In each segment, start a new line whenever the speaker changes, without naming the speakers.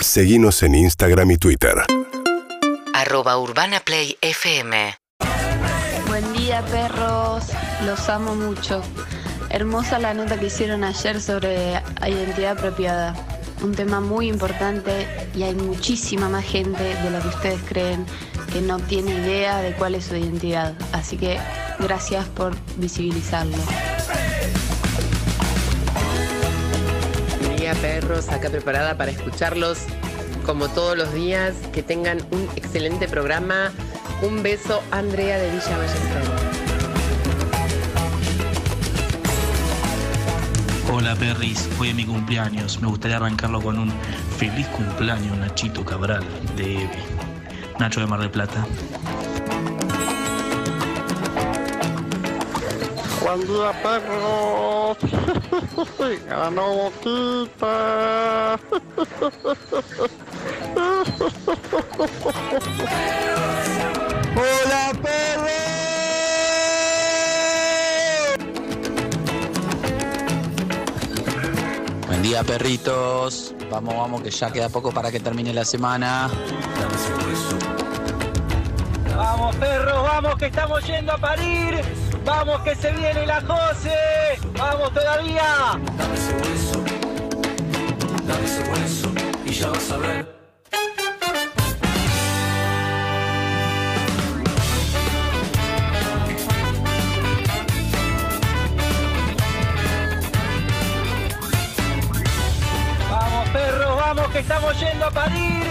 Seguimos en Instagram y Twitter.
Arroba Urbana Play FM.
Buen día, perros. Los amo mucho. Hermosa la nota que hicieron ayer sobre identidad apropiada. Un tema muy importante y hay muchísima más gente de lo que ustedes creen que no tiene idea de cuál es su identidad. Así que gracias por visibilizarlo.
Buen día, perros, acá preparada para escucharlos como todos los días. Que tengan un excelente programa. Un beso, Andrea de Villa Ballester.
Hola Perris, hoy es mi cumpleaños. Me gustaría arrancarlo con un feliz cumpleaños, Nachito Cabral, de Eve. Nacho de Mar del Plata.
Buen día, perros. Ganó Boquita.
¡Hola, perro!
Buen día, perritos. Vamos, vamos, que ya queda poco para que termine la semana.
Vamos, perros, vamos, que estamos yendo a parir. Vamos, que se viene la Jose. Vamos todavía. Vamos, perros, vamos, que estamos yendo a parir.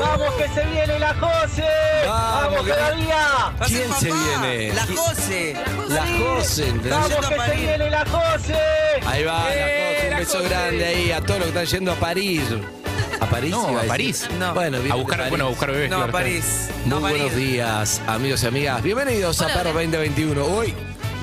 Vamos, que se viene la Jose. Vamos,
Vamos, que-
todavía.
¿Quién se viene?
La Jose.
La Jose.
Vamos, que se viene la Jose.
Ahí va, la
Eh,
Jose. Un
la
beso
Jose.
grande ahí a todos los que están yendo a París. ¿A París?
No,
iba
a
decir.
París.
No. Bueno,
A
bien,
buscar,
París.
bueno, a buscar bebés.
No,
claro,
París. No,
Muy buenos
París.
días, amigos y amigas. Bienvenidos a Perro 2021. Hoy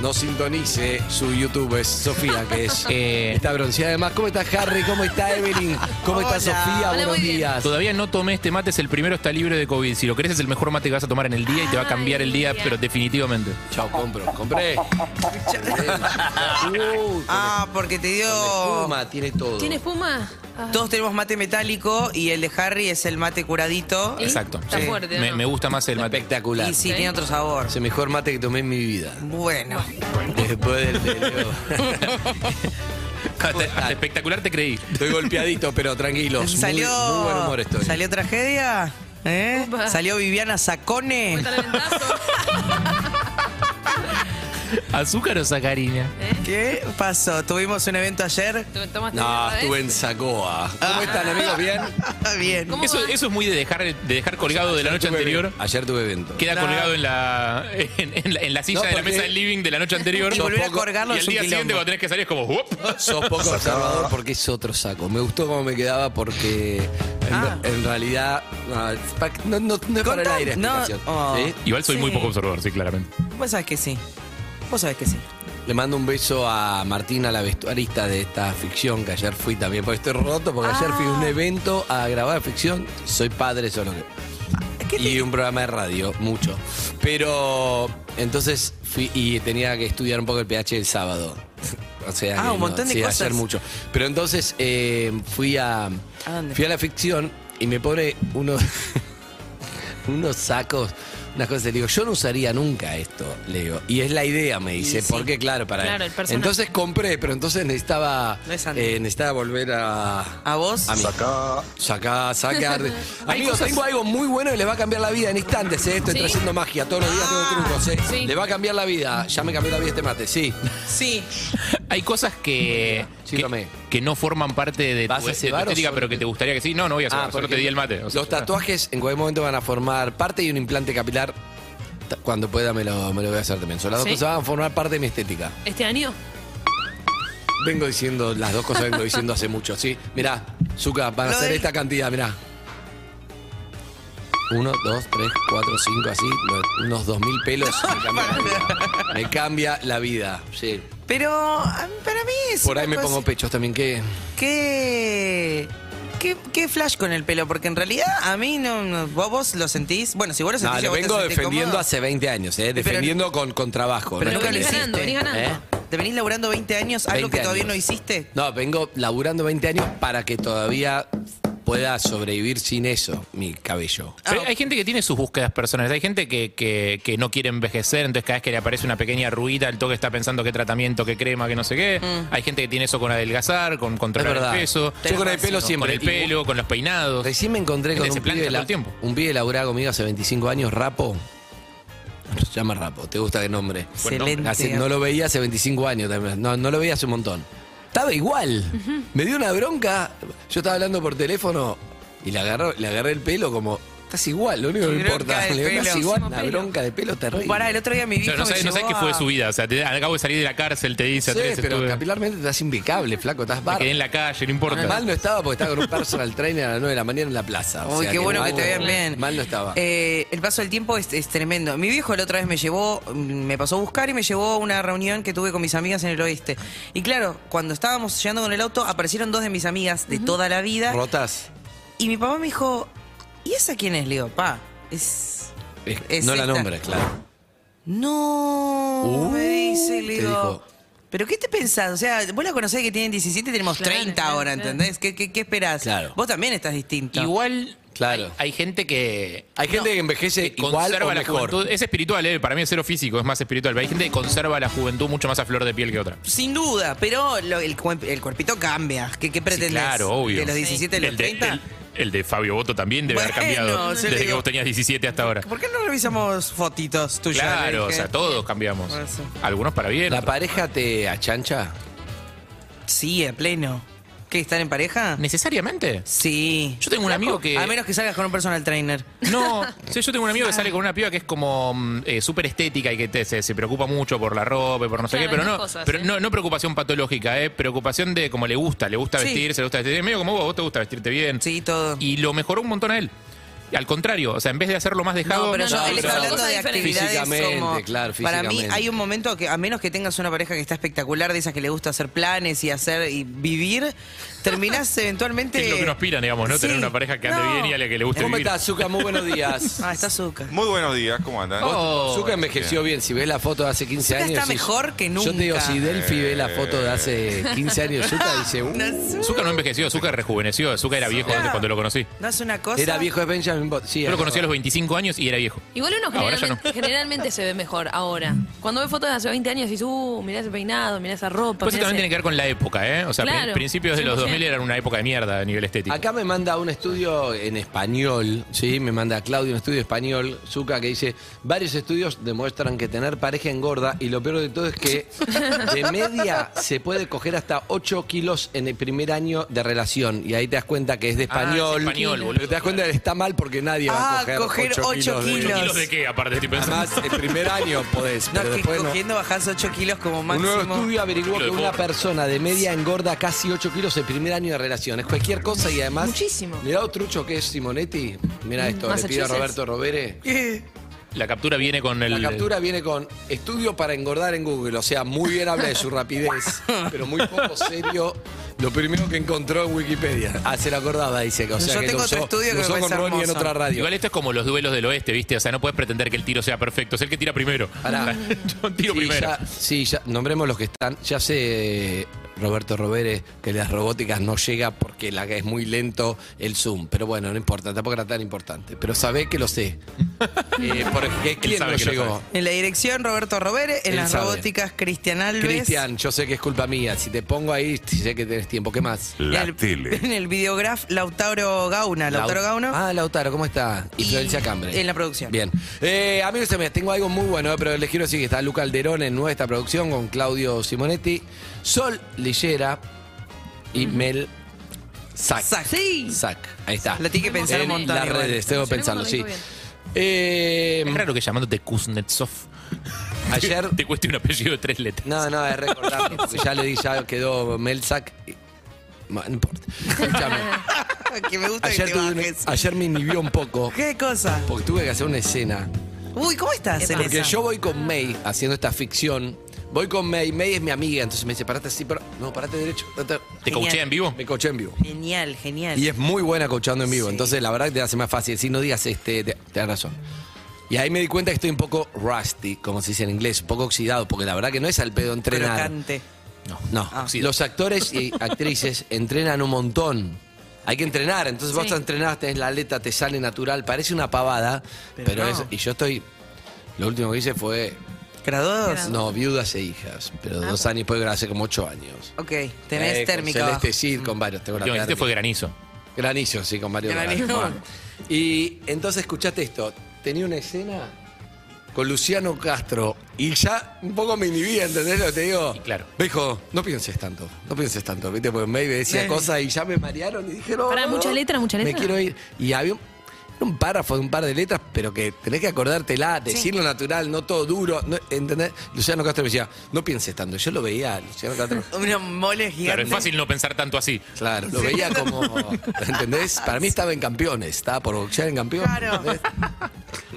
nos sintonice su YouTube, es Sofía, que es,
Eh.
está bronceada. Además, ¿cómo está Harry? ¿Cómo está Evelyn? ¿Cómo está
Hola.
Sofía?
Hola,
buenos
muy bien.
días.
claro. Todavía no tomé este mate, es el primero, está libre de COVID. Si lo querés es el mejor mate que vas a tomar en el día y te va
Ah,
a cambiar el día,
Ay.
pero definitivamente.
Chao, compro, compré. Uh,
Ah, porque te dio.
Puma tiene todo.
¿Tiene espuma? Ah,
Todos tenemos mate metálico y el de Harry es el mate curadito.
¿y?
Exacto.
Está
Sí.
fuerte,
me,
¿no?
me gusta más el mate.
Espectacular.
Y sí, tiene otro sabor.
Es el mejor mate que tomé en mi vida.
Bueno.
Después del de Leo.
Hasta- hasta espectacular te creí.
Estoy golpeadito, pero tranquilos. Muy-
¿Salió,
Muy, buen humor estoy.
¿Salió tragedia? ¿Eh?
Upa.
¿Salió Viviana Sacone?
Está el ventazo,
¿Azúcar o sacarina?
Eh,
¿Qué pasó? Tuvimos un evento ayer.
te lo tomaste
No,
bien,
estuve en Sacoa. ¿Cómo están, amigos? ¿Bien?
Bien.
¿Cómo
Eso,
va?
eso es muy de dejar, de dejar colgado de la noche
Tuve
anterior.
evento. Ayer tuve evento.
Queda colgado en la, en, en la, en la silla
No,
de la
porque-
mesa del living de la noche anterior.
Y volver a colgarlo
y
es
el
un
día siguiente
quilombo.
cuando tenés que salir es como... "Uop".
Sos poco observador porque es otro saco. Me gustó cómo me quedaba porque en,
Ah.
en realidad no, es pa- no, no- no es para el
Contá-
aire.
no,
explicación,
oh.
¿sí?
Igual soy
Sí.
muy poco observador, sí, claramente.
Vos sabés que sí. Vos sabés que sí.
Le mando un beso a Martina, la vestuarista de esta ficción, que ayer fui también, porque estoy roto, porque ayer fui a
Ah.
un evento a grabar ficción. Soy padre solo
Ah, ¿Qué
que.
te-
Y un programa de radio, mucho. Pero entonces fui y tenía que estudiar un poco el pH el sábado. O sea,
Ah,
que
un montón de
sí,
cosas.
ayer mucho. Pero entonces eh, fui a,
¿A dónde?
fui a la ficción y me pone unos, unos sacos, unas cosas. Le digo, yo no usaría nunca esto, le digo. Y es la idea, me dice,
sí.
porque claro, para
Claro, el personaje.
Entonces compré, pero entonces necesitaba,
No es antes.
eh, necesitaba volver a,
¿A vos?
a mí. Sacá. Sacá, sacar. Amigos, tengo algo muy bueno y les va a cambiar la vida en instantes, ¿eh? Estoy
¿Sí? Ah,
trayendo magia. Todos los días tengo trucos, ¿eh?
Sí.
Le va a cambiar la vida. Ya me cambió la vida este mate, sí.
Sí.
Hay cosas que,
Sí,
que,
tomé.
que no forman parte de tu,
¿Vas a
de tu
cebar o
estética,
solo
pero que te gustaría que sí. No, no voy a cebar,
por
solo Ah, te di el mate. o sea,
Ah, los tatuajes en cualquier momento van a formar parte y un implante capilar. t- Cuando pueda me lo, me lo voy a hacer también. Son las dos
¿Sí?
cosas van a formar parte de mi estética.
¿Este año?
Vengo diciendo, las dos cosas vengo diciendo hace mucho, ¿sí? Mirá, Zuka, van a
Lo
ser
del-
esta cantidad, mirá. Uno, dos, tres, cuatro, cinco, así, lo- unos dos mil pelos. Me cambia la vida. Me cambia la vida, sí.
Pero ah, para mí es.
Por ahí
una
me
cosa-
pongo pechos también, ¿qué?
¿Qué, qué, qué flash con el pelo? Porque en realidad a mí no, no- vos, vos lo sentís. Bueno, si vos lo
No,
sentís,
lo
vos te
vengo
sentís
defendiendo
cómodo.
hace 20 años, ¿eh? Defendiendo con, con trabajo.
Pero
¿no?
nunca lo
venís
hiciste.
ganando, venís ganando.
¿Eh?
¿Te venís laburando 20 años algo
20
que todavía
años.
no hiciste?
No, vengo laburando 20 años para que todavía pueda sobrevivir sin eso, mi cabello.
Pero hay gente que tiene sus búsquedas personales. Hay gente que, que- que no quiere envejecer, entonces cada vez que le aparece una pequeña ruita, el toque está pensando qué tratamiento, qué crema, qué no sé qué.
Mm.
Hay gente que tiene eso con adelgazar, con controlar
Es
el
verdad.
peso.
Yo con el pelo siempre.
Con el pelo, con los peinados.
Recién me encontré con
Gente, se
un pibe,
plancha todo
la,
el tiempo.
un pibe laburaba conmigo hace 25 años, Rapo. Se llama Rapo, ¿te gusta el nombre?
Buen nombre. Excelente.
Hace- no lo veía hace 25 años también. No, no lo veía hace un montón. Estaba igual. Me dio una bronca. Yo estaba hablando por teléfono y le, agarró, le agarré el pelo como. Estás igual, lo único que
Qué bronca
importa.
de
Le digo,
pelo.
Estás igual,
Somos
una
pelo.
bronca de pelo terrible.
Pará, el otro día mi
No,
viejo
no
me
sabes, no
llevó
sabes qué fue de
a-
su vida. O sea, te- acabo de salir de la cárcel, te dice.
Sí,
atrás
pero
estuve-
capilarmente estás impecable, flaco, estás
me
barro.
quedé en la calle, no importa.
Mal no estaba porque estaba con un personal trainer a las 9 de la mañana en la plaza. O
Uy,
sea
qué bueno
mal
que te vean
no-
bien.
Mal no estaba.
Eh, el paso del tiempo es, es tremendo. Mi viejo la otra vez me llevó, mm, me pasó a buscar y me llevó a una reunión que tuve con mis amigas en el oeste. Y claro, cuando estábamos llegando con el auto, aparecieron dos de mis amigas de toda la vida.
Rotas.
Y mi papá me dijo, ¿y esa quién es? Le digo, pa, es...
Es-
es
no la
esta".
nombres, claro.
No, me dice, le
Uh, te
digo...
dijo.
¿Pero qué te pensás? O sea, vos la conocés que tienen 17 y tenemos 30 ahora, ¿entendés? ¿Qué, qué, qué esperás? Vos también estás distinto.
Igual
Claro.
hay gente que.
Hay gente que
Eh,
envejece igual o
la
mejor.
juventud. Es espiritual, eh, para mí es cero físico, es más espiritual. Pero hay gente que conserva la juventud mucho más a flor de piel que otra.
Sin duda, pero lo- el, cuerp- el cuerpito cambia. ¿Qué, qué pretendés?
Claro, obvio.
De los 17 a los
El de-
30.
el- el de Fabio Boto también debe haber
Bueno,
cambiado
yo
desde
digo-
que vos tenías 17 hasta ahora.
¿Por qué no revisamos fotitos tuyas? Le
Claro, o
dije.
sea, todos cambiamos.
Por eso.
Algunos para bien.
¿La
otros-
pareja te achancha?
Sí, a pleno. ¿Qué, están en pareja?
¿Necesariamente?
Sí.
Yo tengo un amigo que-
A menos que salgas con un personal trainer.
No, sí, yo tengo un amigo que sale con una piba que es como mm, eh, súper estética y que te- se, se preocupa mucho por la ropa, y por no sé
Claro,
qué, pero
esas
no,
cosas,
pero
¿eh?
no, no preocupación patológica, eh, preocupación de como le gusta, le gusta
Sí.
vestirse, le gusta vestirse, medio como vos, vos te gusta vestirte bien.
Sí, todo.
Y lo mejoró un montón a él. Y al contrario, o sea, en vez de hacerlo más dejado,
No, pero yo, él está
pero-
hablando de actividades
Físicamente,
como-
claro,
Para mí
físicamente.
hay un momento que, a menos que tengas una pareja que está espectacular, de esas que le gusta hacer planes y hacer y vivir, terminás eventualmente...
es lo que uno aspira, digamos, ¿no?
Sí.
Tener una pareja que ande
No.
bien y a la que le guste
este- ¿Cómo
vivir.
estás, Zuka? Muy buenos días.
Ah, está Zuka.
Muy buenos días, ¿cómo andan?
Oh,
Vos, Zuka envejeció bien. Si ves la foto de hace 15
Zuka
años.
está
decís-
mejor que
Yo te digo,
nunca.
si Delphi ve la foto de hace 15 años, Zuka dice. "Uh,
Zucca no envejeció, Zucca rejuveneció, Zucca era viejo
Zucca.
antes cuando lo conocí.
No es una cosa...
"Uh, Era viejo de Benjamin Bot. Sí,
Yo
es
lo conocí a
verdad.
los 25 años y era viejo. Pues
Igual uno
Ahora ya
generalmente, generalmente se ve mejor ahora. Cuando ve fotos de hace 20 años dices, uh, mirá ese peinado, mirá esa ropa.
Pues eso
mirá
también
ese-
tiene que ver con la época, ¿eh? O sea,
Claro,
prin- principios de los
100%.
2000 eran una época de mierda a nivel estético.
Acá me manda un estudio en español, ¿sí? Me manda Claudio un estudio español, Zuka, que dice, varios estudios demuestran que tener pareja engorda y lo peor de todo es que de media se puede coger hasta 8 kilos en el primer año de relación. Y ahí te das cuenta que es de
Ah, es
español.
español, boludo.
pero te das cuenta que está mal porque nadie va
Ah,
a coger,
coger
8,
ocho
kilos. de-
kilos.
¿Kilos de qué? Aparte, estoy pensando.
Además, eh, el primer año podés,
No,
pero
es que
después no.
cogiendo bajás 8 kilos como
Un
máximo.
nuevo estudio averiguó
Kilo
que
de
una
pobre.
persona de media engorda casi 8 kilos el primer año de relación. Es cualquier cosa y además.
Muchísimo.
Mirá lo trucho que es Simonetti.
Mm,
Mira esto, le pido a
Massachusetts.
Roberto Robere.
La captura viene con el.
La captura viene con estudio para engordar en Google. O sea, muy bien habla de su rapidez, pero muy poco serio. Lo primero que encontró en Wikipedia. Ah, se lo acordaba, dice. O sea,
Yo
que
tengo
lo
otro
usó-
estudio
lo
que me
usó con
parece
Ronnie en
hermoso.
otra radio.
Igual esto es como los duelos del oeste, ¿viste? O sea, no puedes pretender que el tiro sea perfecto. Es el que tira primero.
Pará.
Yo tiro
sí,
primero.
Ya, sí, ya, nombremos los que están. Ya sé, Roberto Robere, que las robóticas no llega porque la, es muy lento el Zoom. Pero bueno, no importa, tampoco era tan importante. Pero sabé que lo sé. Eh, porque, ¿Quién
sabe
no
que lo
llegó?
En la dirección, Roberto Robere. En
Él
las
sabe.
robóticas, Cristian Alves.
Cristian, yo sé que es culpa mía. Si te pongo ahí, sé que tenés tiempo. ¿Qué más?
En el, En el videograf, Lautaro Gauna. Lautaro
Lau-
Gauna.
Ah, Lautaro, ¿cómo está? Y Florencia Cambre.
En la producción.
Bien. Eh, amigos, y amigas, tengo algo muy bueno, eh, pero les quiero decir que está Luca Alderón en nuestra producción con Claudio Simonetti, Sol Lillera y Mel Sac.
Sac.
Sí. Sac. Ahí está.
La tiene que pensar
en
un montón.
Las
igual.
redes, tengo que pensarlo, sí. Eh,
Es raro que llamándote Kuznetsov.
Ayer-
Te cueste un apellido de tres letras.
No, no, es recordarlo, porque ya le di, ya quedó Mel Sac. y- Bueno, No importa. Escúchame.
Ah, que me gusta que
Ayer,
te
tuve un-
bajes.
ayer me inhibió un poco
¿Qué cosa?
porque tuve que hacer una escena.
Uy, ¿cómo estás,
Porque
Elena?
yo voy con May haciendo esta ficción. Voy con May, May es mi amiga, entonces me dice, parate así, pero no, parate derecho. ta, ta".
¿Te
Genial.
coachea en vivo?
Me coaché en vivo.
Genial, genial.
Y es muy buena coachando en vivo, entonces la verdad que te hace más fácil. Si no digas, este, te, te da razón. Y ahí me di cuenta que estoy un poco rusty, como se dice en inglés, un poco oxidado, porque la verdad que no es al pedo entrenar.
Crocante.
No, los actores y actrices entrenan un montón. Hay que entrenar, entonces vos
Sí.
te entrenás, tenés la aleta, te sale natural, parece una pavada,
Pero
pero,
no.
es. Y yo estoy. Lo último que hice fue.
¿Graduados?
No, viudas e hijas. Pero
Ah.
dos años después, hace como ocho años.
Ok, tenés Mm.
Eh, con este
térmica.
Celeste
abajo.
Cid, con varios. Tengo
Lo que hiciste este fue
granizo. Granizo, sí, con varios.
Granizo.
Bueno. Y entonces escuchaste esto. Tenía una escena con Luciano Castro y ya un poco me inhibí, ¿entendés lo que te digo? claro. Me dijo, no pienses tanto, no pienses tanto, ¿viste? Porque me decía
Sí.
cosas y ya me marearon y dije, no.
Pará,
no,
mucha
no,
letra, mucha letra.
Me quiero ir. Y había un, un párrafo de un par de letras, pero que tenés que acordártela, decirlo natural, no todo duro, no- ¿entendés? Luciano Castro me decía, no pienses tanto. Yo lo veía, a Luciano Castro.
Una mole gigante.
Claro, es fácil no pensar tanto así.
Claro, lo
Sí.
veía como. ¿Entendés? Para mí estaba en campeones, estaba por boxear en campeón.
Claro.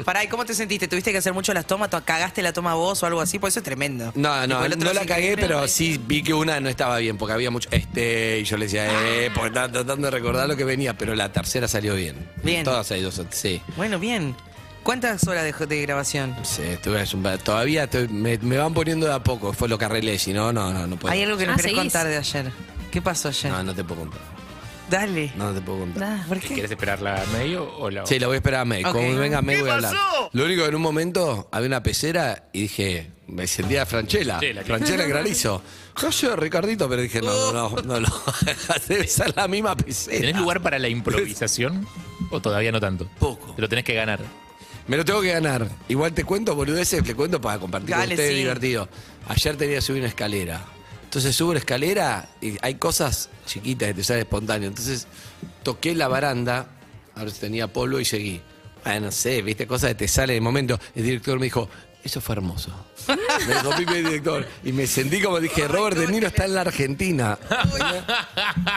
Pará, ¿y cómo te sentiste? ¿Tuviste que hacer mucho las tomas? ¿Tú- ¿Cagaste la toma vos o algo así? Por eso es tremendo.
No, no,
Tipo, el otro
no la
sí,
cagué,
tremendo.
pero sí vi que una no estaba bien, porque había mucho. Este, y yo le decía,
Ah.
eh, porque estaba tratando de recordar lo que venía, pero la tercera salió bien.
Bien.
Todas hay dos, sí.
Bueno, bien. ¿Cuántas horas dejó de grabación?
Sí, estuve es un pa- todavía estoy- me, me van poniendo de a poco, fue lo que arreglé, si no, no, no, no puedo.
Hay algo que no
Ah,
querés
¿seguís?
contar de ayer. ¿Qué pasó ayer?
No, no te puedo contar.
Dale.
No, no te puedo contar.
Ah, ¿Por qué?
¿Quieres esperarla a medio o la
Sí, la voy a esperar a May.
Ok.
Como venga May
¿Qué
voy a hablar.
pasó?
Lo único que en un momento había una pecera y dije, me sentía Franchella.
Franchella,
Franchella,
claro.
granizo. Yo, Ricardito, pero dije, no, no, no, no, no. Debe ser la misma pecera.
¿Tenés lugar para la improvisación? ¿O todavía no tanto? Poco. Te lo tenés que ganar.
Me lo tengo que ganar. Igual te cuento, boludeces, le cuento para compartir
Dale,
con ustedes
sí.
divertido. Ayer tenía que subir una escalera. Entonces subo la escalera y hay cosas chiquitas que te salen espontáneo. Entonces toqué la baranda, a ver si tenía polvo y seguí. Ah, no sé, viste, cosas que te salen de momento. El director me dijo, eso fue hermoso. Me dijo, "Pipe, el director. Y me sentí como dije, Robert De Niro está en la Argentina.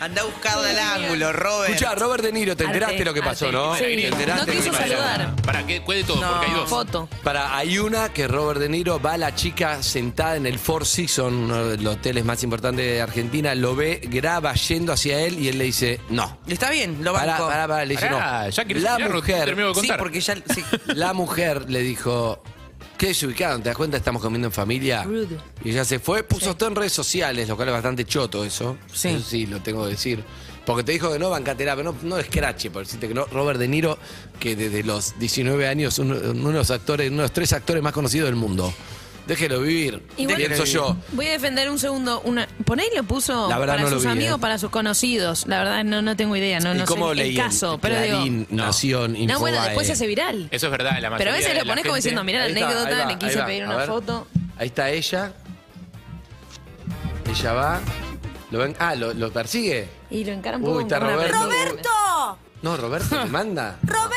Anda buscado el ángulo, Robert.
Escuchá, Robert De Niro, te
Arte,
enteraste lo que pasó,
arte.
¿no?
Sí.
Te enteraste
No quiso
lo que pasó.
saludar.
Para que cuede todo, porque hay dos.
Para, hay una que Robert De Niro va a la chica sentada en el Four Seasons, uno de los hoteles más importantes de Argentina, lo ve, graba yendo hacia él y él le dice, no.
Está bien, lo
Pará,
banco.
pará, pará, le dice,
Pará,
no.
ya querés
la
opinar, no
mujer,
termino de contar. Sí, porque ya,
La mujer le dijo, qué desubicado, ¿te das cuenta? Estamos comiendo en familia. Y ella se fue, puso todo en redes sociales, lo cual es bastante choto eso. Sí. Eso sí, lo tengo que decir. Porque te dijo que no bancatera, pero no, no escrache, por decirte que no. Robert De Niro, que desde los 19 años, uno, uno de los actores, uno de los tres actores más conocidos del mundo. Déjelo vivir,
Igual-
pienso yo.
Voy a defender un segundo. Una, por ahí lo puso
La verdad
para
no lo
sus
vi,
amigos,
eh.
para sus conocidos. La verdad no, no tengo idea, no,
¿Y
no sé
cómo
el- el
leí
caso. Pero digo,
Clarín, Nación,
no, bueno,
Infobae.
después se hace viral.
Eso es verdad, la mayoría
Pero a veces
de
lo
la
pones como
gente-
diciendo, mirá la
Ahí está,
anécdota,
ahí va,
le quise
ahí va.
pedir
A
una
ver.
foto.
Ahí está ella. Ella va. Lo ven- ah, lo, lo persigue.
Y lo encaran un poco
Uy, está
como una
Roberto.
persona.
¡Roberto!
No, Roberto, te manda.
¡Roberto!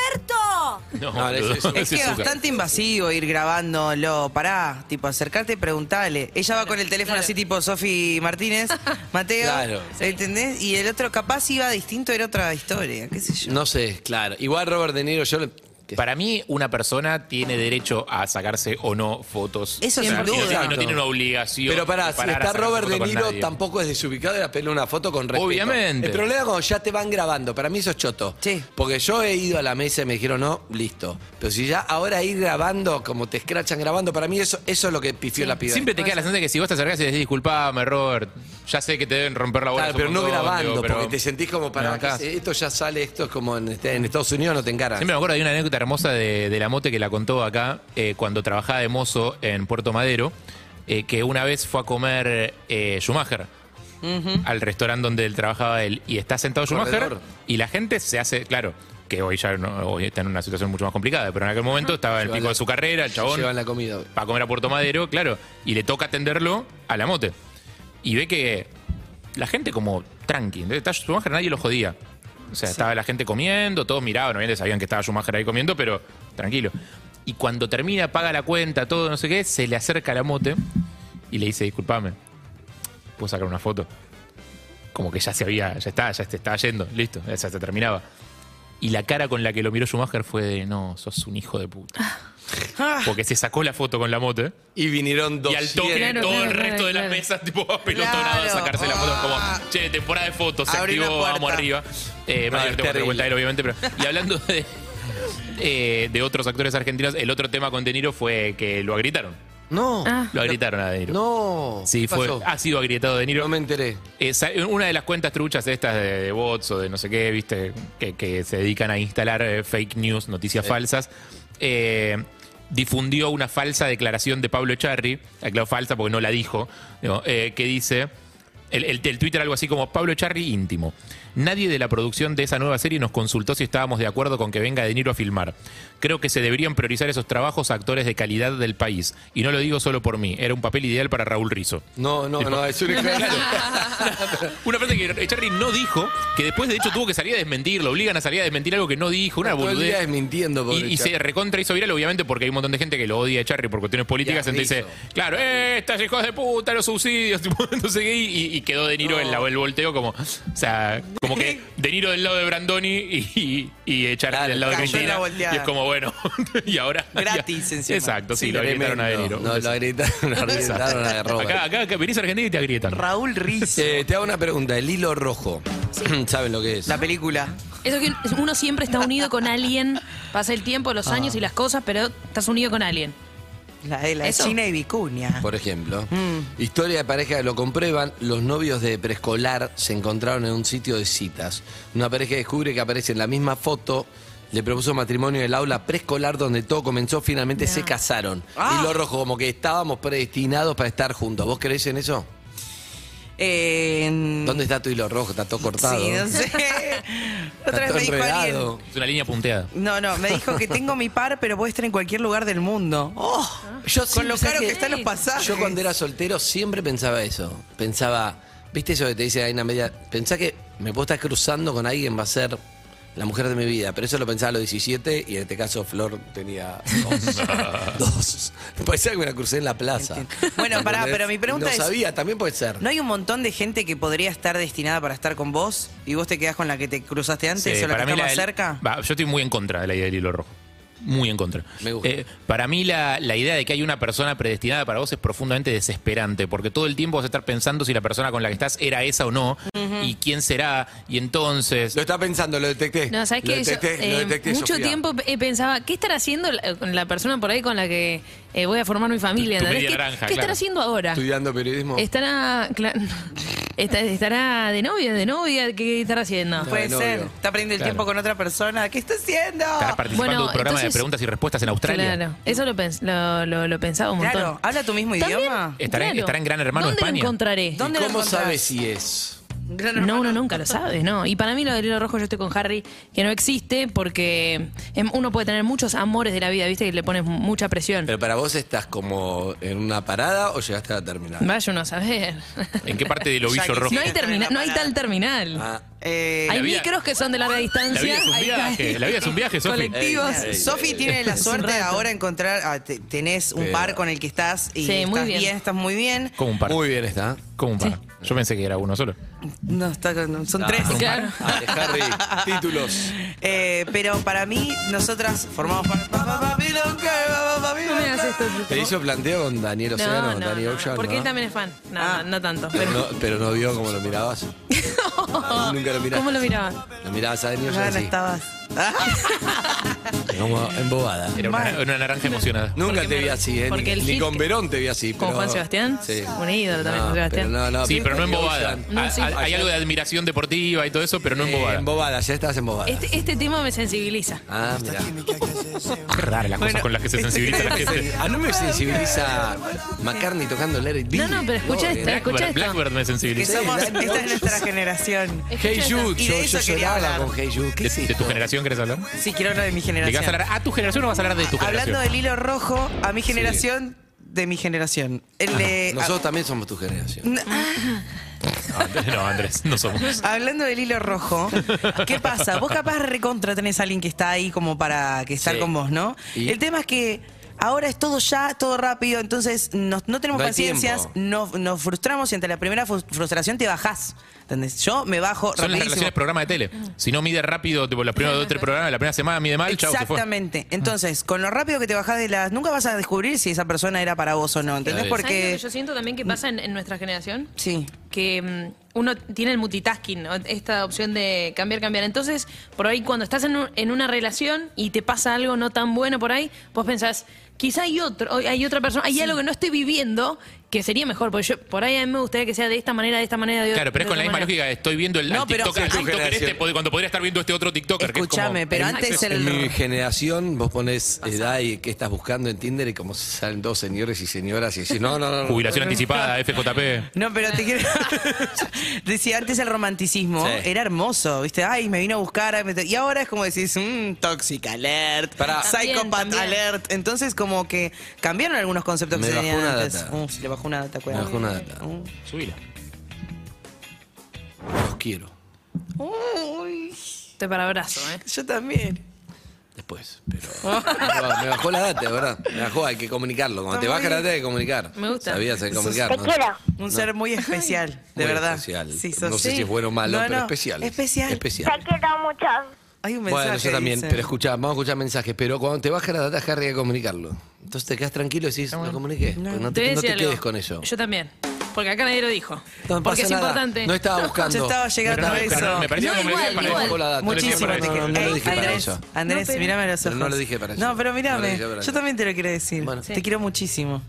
No,
ese es-
Es que es
azúcar.
bastante invasivo ir grabándolo. Pará, tipo, acercarte y preguntarle. Ella va con el teléfono así, tipo Sofi Martínez, Mateo.
Claro.
¿Entendés? Y el otro capaz iba distinto, era otra historia. ¿Qué sé yo?
No sé, claro. Igual Robert De Niro, yo le-
Para mí, una persona tiene derecho a sacarse o no fotos.
Eso
O
sin
sea, y no-
duda.
y No, tiene una obligación.
Pero pará,
de
si
parar a
está
sacarse
Robert
foto
De
con
Niro,
nadie.
tampoco es desubicado de hacerle una foto con respeto.
Obviamente.
El problema es cuando ya te van grabando. Para mí eso es choto. Porque yo he ido a la mesa y me dijeron, no, listo. Pero si ya ahora ir grabando, como te escrachan grabando, para mí eso, eso es lo que pifió la piba.
Siempre te queda la sensación de que si vos te acercás y decís, disculpame, Robert, ya sé que te deben romper la bola.
Claro,
hace
pero
un
no
montón",
grabando,
digo, pero-
porque te sentís como para
No, acá-
que se- esto ya sale, esto es como en, este- en Estados Unidos no te encaran.
Siempre me acuerdo de una anécdota hermosa de, de la mote que la contó acá eh, cuando trabajaba de mozo en Puerto Madero, eh, que una vez fue a comer eh, Schumacher al restaurante donde él trabajaba él y está sentado Schumacher
Corredor.
y la gente se hace, claro, que hoy ya no- hoy está en una situación mucho más complicada, pero en aquel momento estaba en el
Llevan
pico
la-
de su carrera, el chabón
Llevan la comida.
va a comer a Puerto Madero, claro, y le toca atenderlo a la mote. Y ve que la gente como tranqui, ¿entendés? Está Schumacher, nadie lo jodía. O sea, estaba la gente comiendo, todos miraban, obviamente sabían que estaba Schumacher ahí comiendo, pero tranquilo. Y cuando termina, paga la cuenta, todo, no sé qué, se le acerca a la mote y le dice, disculpame, ¿puedo sacar una foto? Como que ya se había, ya está, ya te estaba yendo, listo, ya se terminaba. Y la cara con la que lo miró Schumacher fue de, no, sos un hijo de puta. Porque se sacó la foto con la mote.
Y vinieron dos.
Y al toque
Claro,
todo
claro,
el resto de las mesas, tipo, apelotonado a sacarse la foto. Como, che, temporada de fotos, se
Abrí
activó,
Ah. una puerta.
vamos arriba. Eh,
No,
más
es
divertido por
terrible.
vuelta a él, obviamente. Pero, y hablando de, eh, de otros actores argentinos, el otro tema con De Niro fue que lo agritaron.
No.
Lo gritaron a De Niro.
No.
Sí, fue,
pasó?
ha sido agrietado De Niro. No
me enteré.
una de las cuentas truchas estas de, de bots o de no sé qué, viste, que, que se dedican a instalar eh, fake news, noticias
Sí.
falsas, eh, difundió una falsa declaración de Pablo Echarri, aclaro falsa porque no la dijo, digo, eh, que dice, el, el- el Twitter algo así como Pablo Echarri íntimo. Nadie de la producción de esa nueva serie nos consultó si estábamos de acuerdo con que venga De Niro a filmar. Creo que se deberían priorizar esos trabajos a actores de calidad del país. Y no lo digo solo por mí, era un papel ideal para Raúl Rizzo.
No, no, no, es una
Una frase que Echarri no dijo, que después de hecho tuvo que salir a desmentir, lo obligan a salir a desmentir algo que no dijo, una
Todo el día
boludez.
desmintiendo,
Y,
pobre
y se
Charlie.
recontra hizo viral, obviamente, porque hay un montón de gente que lo odia a Echarri por cuestiones políticas.
Y a
Entonces dice,
Rizzo.
claro, eh, estas hijos de puta, los subsidios, tipo, no sé qué, y, y quedó De Niro en la, el volteo como, o sea, como que De Niro del lado de Brandoni y, y, y Echarri del lado de
cayó en la
Cristina.
volteada.
Y es como, bueno, y ahora...
Gratis, encima.
Exacto, sí,
Sí,
lo gritaron a De
tremendo.
Niro.
No, lo gritaron, lo gritaron a Robert.
Acá, acá, acá venís a Argentina y te agrietan.
Raúl Rizzo. te hago una pregunta, el hilo rojo. ¿Saben lo que es? La
película.
Eso que uno siempre está unido con alguien, pasa el tiempo, los
Ah.
años y las cosas, pero estás unido con alguien.
La de la
Eso.
China y Vicuña.
Por ejemplo,
Mm.
historia de pareja que lo comprueban, los novios de preescolar se encontraron en un sitio de citas. Una pareja descubre que aparece en la misma foto, le propuso matrimonio en el aula preescolar donde todo comenzó, finalmente se casaron.
Ah.
Y lo rojo, como que estábamos predestinados para estar juntos. ¿Vos creés en eso? ¿Dónde está tu hilo rojo? Está todo cortado.
Eh, Mm. Sí, no sé. Otra vez
todo
me dijo
enredado.
alguien.
Es una línea punteada.
No, no, me dijo que tengo mi par, pero puede estar en cualquier lugar del mundo. ¡Oh!
Yo
con lo caro que,
siempre- ¿sabes qué?
están los pasajes.
Yo cuando era soltero siempre pensaba eso. Pensaba, ¿viste eso que te dice ahí una media? Pensá que me puedo estar cruzando con alguien, va a ser la mujer de mi vida. Pero eso lo pensaba a los 17 y en este caso Flor tenía dos. dos. Parecía que me la crucé en la plaza.
Bueno, pará,
¿Entendés?
pero mi pregunta
no
es-
sabía, también puede ser.
¿No hay un montón de gente que podría estar destinada para estar con vos y vos te quedás con la que te cruzaste antes
Sí,
o la que está más
del-
cerca?
Va, yo estoy muy en contra de la idea del hilo rojo. Muy en contra. Eh, para mí la, la idea de que hay una persona predestinada para vos es profundamente desesperante, porque todo el tiempo vas a estar pensando si la persona con la que estás era esa o no, y quién será, y entonces... Lo
está pensando, lo detecté.
No, ¿sabes qué? Yo, eh, mucho tiempo eh, pensaba, ¿qué estará haciendo la, con la persona por ahí con la que eh, voy a formar mi familia?
Tu
¿entendés?
media
¿Qué,
naranja,
qué
claro.
estará haciendo ahora?
Estudiando periodismo.
¿Estará, cla- está- estará de novia, de novia? ¿Qué estará haciendo?
No, Puede ser. Está perdiendo el
Claro.
tiempo con otra persona. ¿Qué está haciendo?
Estará participando de un programa de preguntas y respuestas en Australia.
Claro, eso lo, pens- lo, lo- lo pensaba un montón.
Claro, habla tu mismo
También,
idioma. Eh,
Estará en- estará en Gran Hermano
¿Dónde
España.
lo encontraré?
¿Y
¿Dónde lo
¿Cómo
encontrás?
sabes si es?
No, uno nunca lo sabe, ¿no? Y para mí lo del hilo rojo, yo estoy con Harry, que no existe porque em, uno puede tener muchos amores de la vida, ¿viste? Que le pones mucha presión.
Pero para vos estás como en una parada o llegaste a la terminal.
Vaya uno a saber.
¿En qué parte del ovillo rojo?
No hay, termina- no hay tal terminal.
Ah.
hay
Eh,
la vida-
micros que son de larga
La
distancia.
vida es un
hay-
viaje, la vida es un viaje, Sofi.
Colectivos.
Ey, ey, ey,
Sofi
ey.
tiene la
Es un
suerte de
rato.
ahora encontrar, ah, te- tenés un
Pero-
par con el que estás y
Sí, muy
estás
bien.
bien. estás muy bien.
Como un par.
Muy bien está.
Como un par. Yo pensé que era uno solo.
No, está con- son
Ah,
tres.
un par. Dale, Harry, títulos.
Eh, pero para mí, nosotras formamos par-
No me hagas esto, Tito.
¿Te hizo planteo con Daniel Océano?
No, no,
Daniel Ocean,
Porque
¿no?
él también es fan. No, no tanto.
Pero no, pero no vio cómo lo mirabas. Nunca lo miraste.
¿Cómo lo miraba?
Lo mirabas a Daniel
Ah, no
Ocean
estabas.
así, como embobada.
Era una, una naranja emocionada.
Nunca te vi así, ¿eh?
porque
Ni,
el
ni
hit
con Verón te vi así.
¿Con
pero-
Juan Sebastián?
Sí.
Un ídolo también,
No,
Juan Sebastián.
pero no, no,
sí, pero no
Daniel
embobada.
Ocean.
No,
Ah,
sí.
ah, Hay algo de admiración deportiva y todo eso, pero no embobada.
Eh, embobada, ya estás embobada.
Este, este tema me sensibiliza.
Ah, mira.
Qué rara las cosas con las que se sensibiliza la gente.
A mí me sensibiliza McCartney tocando el Eric
No, no, pero escucha esto,
eh,
escucha
Blackbird,
esto.
Blackbird me
Que
sensibiliza.
somos- esta es nuestra generación.
Hey Jude,
Y
yo,
de eso
yo
quería
lloraba
hablar.
con Hey Jude. ¿Qué
¿De,
es
de tu
esto?
generación querés hablar?
Sí, quiero hablar de mi
¿Le
generación.
vas a hablar a tu generación o vas a hablar de tu
Hablando
generación?
del hilo rojo, a mi generación, de mi generación. El de-
Nosotros también somos tu generación.
No, Andrés, no somos.
Hablando del hilo rojo, ¿qué pasa? Vos capaz recontra tenés a alguien que está ahí como para que estar
Sí.
con vos, ¿no?
¿Y?
El tema es que ahora es todo ya, todo rápido, entonces nos- no tenemos
No hay
paciencias, nos, nos frustramos y ante la primera frus- frustración te bajás. ¿Entendés? Yo me bajo
Son las
rapidísimo.
relaciones programa de tele. Si no mide rápido, tipo, los primeros dos o tres programas, la primera semana mide mal, chau, se fue.
Exactamente.
Mm.
Entonces, con lo rápido que te bajás de las, nunca vas a descubrir si esa persona era para vos o no, ¿entendés?
¿Sabes lo
Porque
Mm. que yo siento también que pasa en, en nuestra generación?
sí.
Que mm, uno tiene el multitasking, ¿no? esta opción de cambiar, cambiar. Entonces, por ahí cuando estás en, un- en una relación y te pasa algo no tan bueno por ahí, vos pensás, quizá hay otro, hay otra persona, hay algo que no estoy viviendo que sería mejor, porque yo, por ahí a mí me gustaría que sea de esta manera, de esta manera, de
Claro, pero es
de
con la
otra
misma
manera.
lógica de estoy viendo el,
No,
al
pero-
TikTok- al
Sí, tu
TikToker
generación.
este, pod- cuando podría estar viendo este otro TikToker. que es como-
Escuchame, pero
en-
antes
en
el-
mi-
Mi generación, vos pones edad y qué estás buscando en Tinder y como salen dos señores y señoras y decís, no, no, no. no.
Jubilación anticipada, FJP.
No, pero te quiero decir, antes el romanticismo era hermoso, ¿viste? Ay, me vino a buscar. ay, me te- Y ahora es como decís, mmm, toxic alert,
Pará.
psychopath
También, también.
alert. Entonces, como que cambiaron algunos conceptos
Me
que se
bajó
tenían
una
antes.
data.
Uh, se le bajó una data, cuidado. Uh,
Me bajó una data.
Subila.
Los quiero.
Uy.
Te parabrazo, ¿eh?
Yo también.
Después, pero. me bajó la data, ¿verdad? Me bajó, hay que comunicarlo. Cuando te
Está
baja
muy
la data
bien.
hay que comunicar. Sabías hay que
Sos
comunicar. ¿no?
Un ser muy especial, de
Muy
verdad.
especial.
Sí, sos-
no sé
sí.
si es bueno o malo,
No,
pero
no,
especial.
Especial.
Especial.
quiero mucho.
Hay un mensaje.
Bueno, yo también,
dice.
pero escuchá, vamos a escuchar mensajes, pero cuando te baja la data, Harry, hay que comunicarlo. Entonces te quedas tranquilo y decís, lo comuniqué. Pues No,
Te voy
te,
a
no te
decir algo.
quedes con eso.
Yo también. Porque acá nadie lo dijo. porque
No pasa
es
nada.
importante.
No estaba buscando.
Yo estaba llegando
Pero no,
a
pero
eso.
no, me parecía No, que me igual, decía para igual. eso. Hola, data.
Muchísimo.
Me decía para
te
eso.
quiero.
No, no lo dije para
Andrés,
eso.
Andrés,
No, pero-
mírame a los
Pero
ojos.
no lo dije para eso.
No, pero
No lo
mírame.
dije para
Yo
eso.
también te lo quiero decir. Te quiero muchísimo.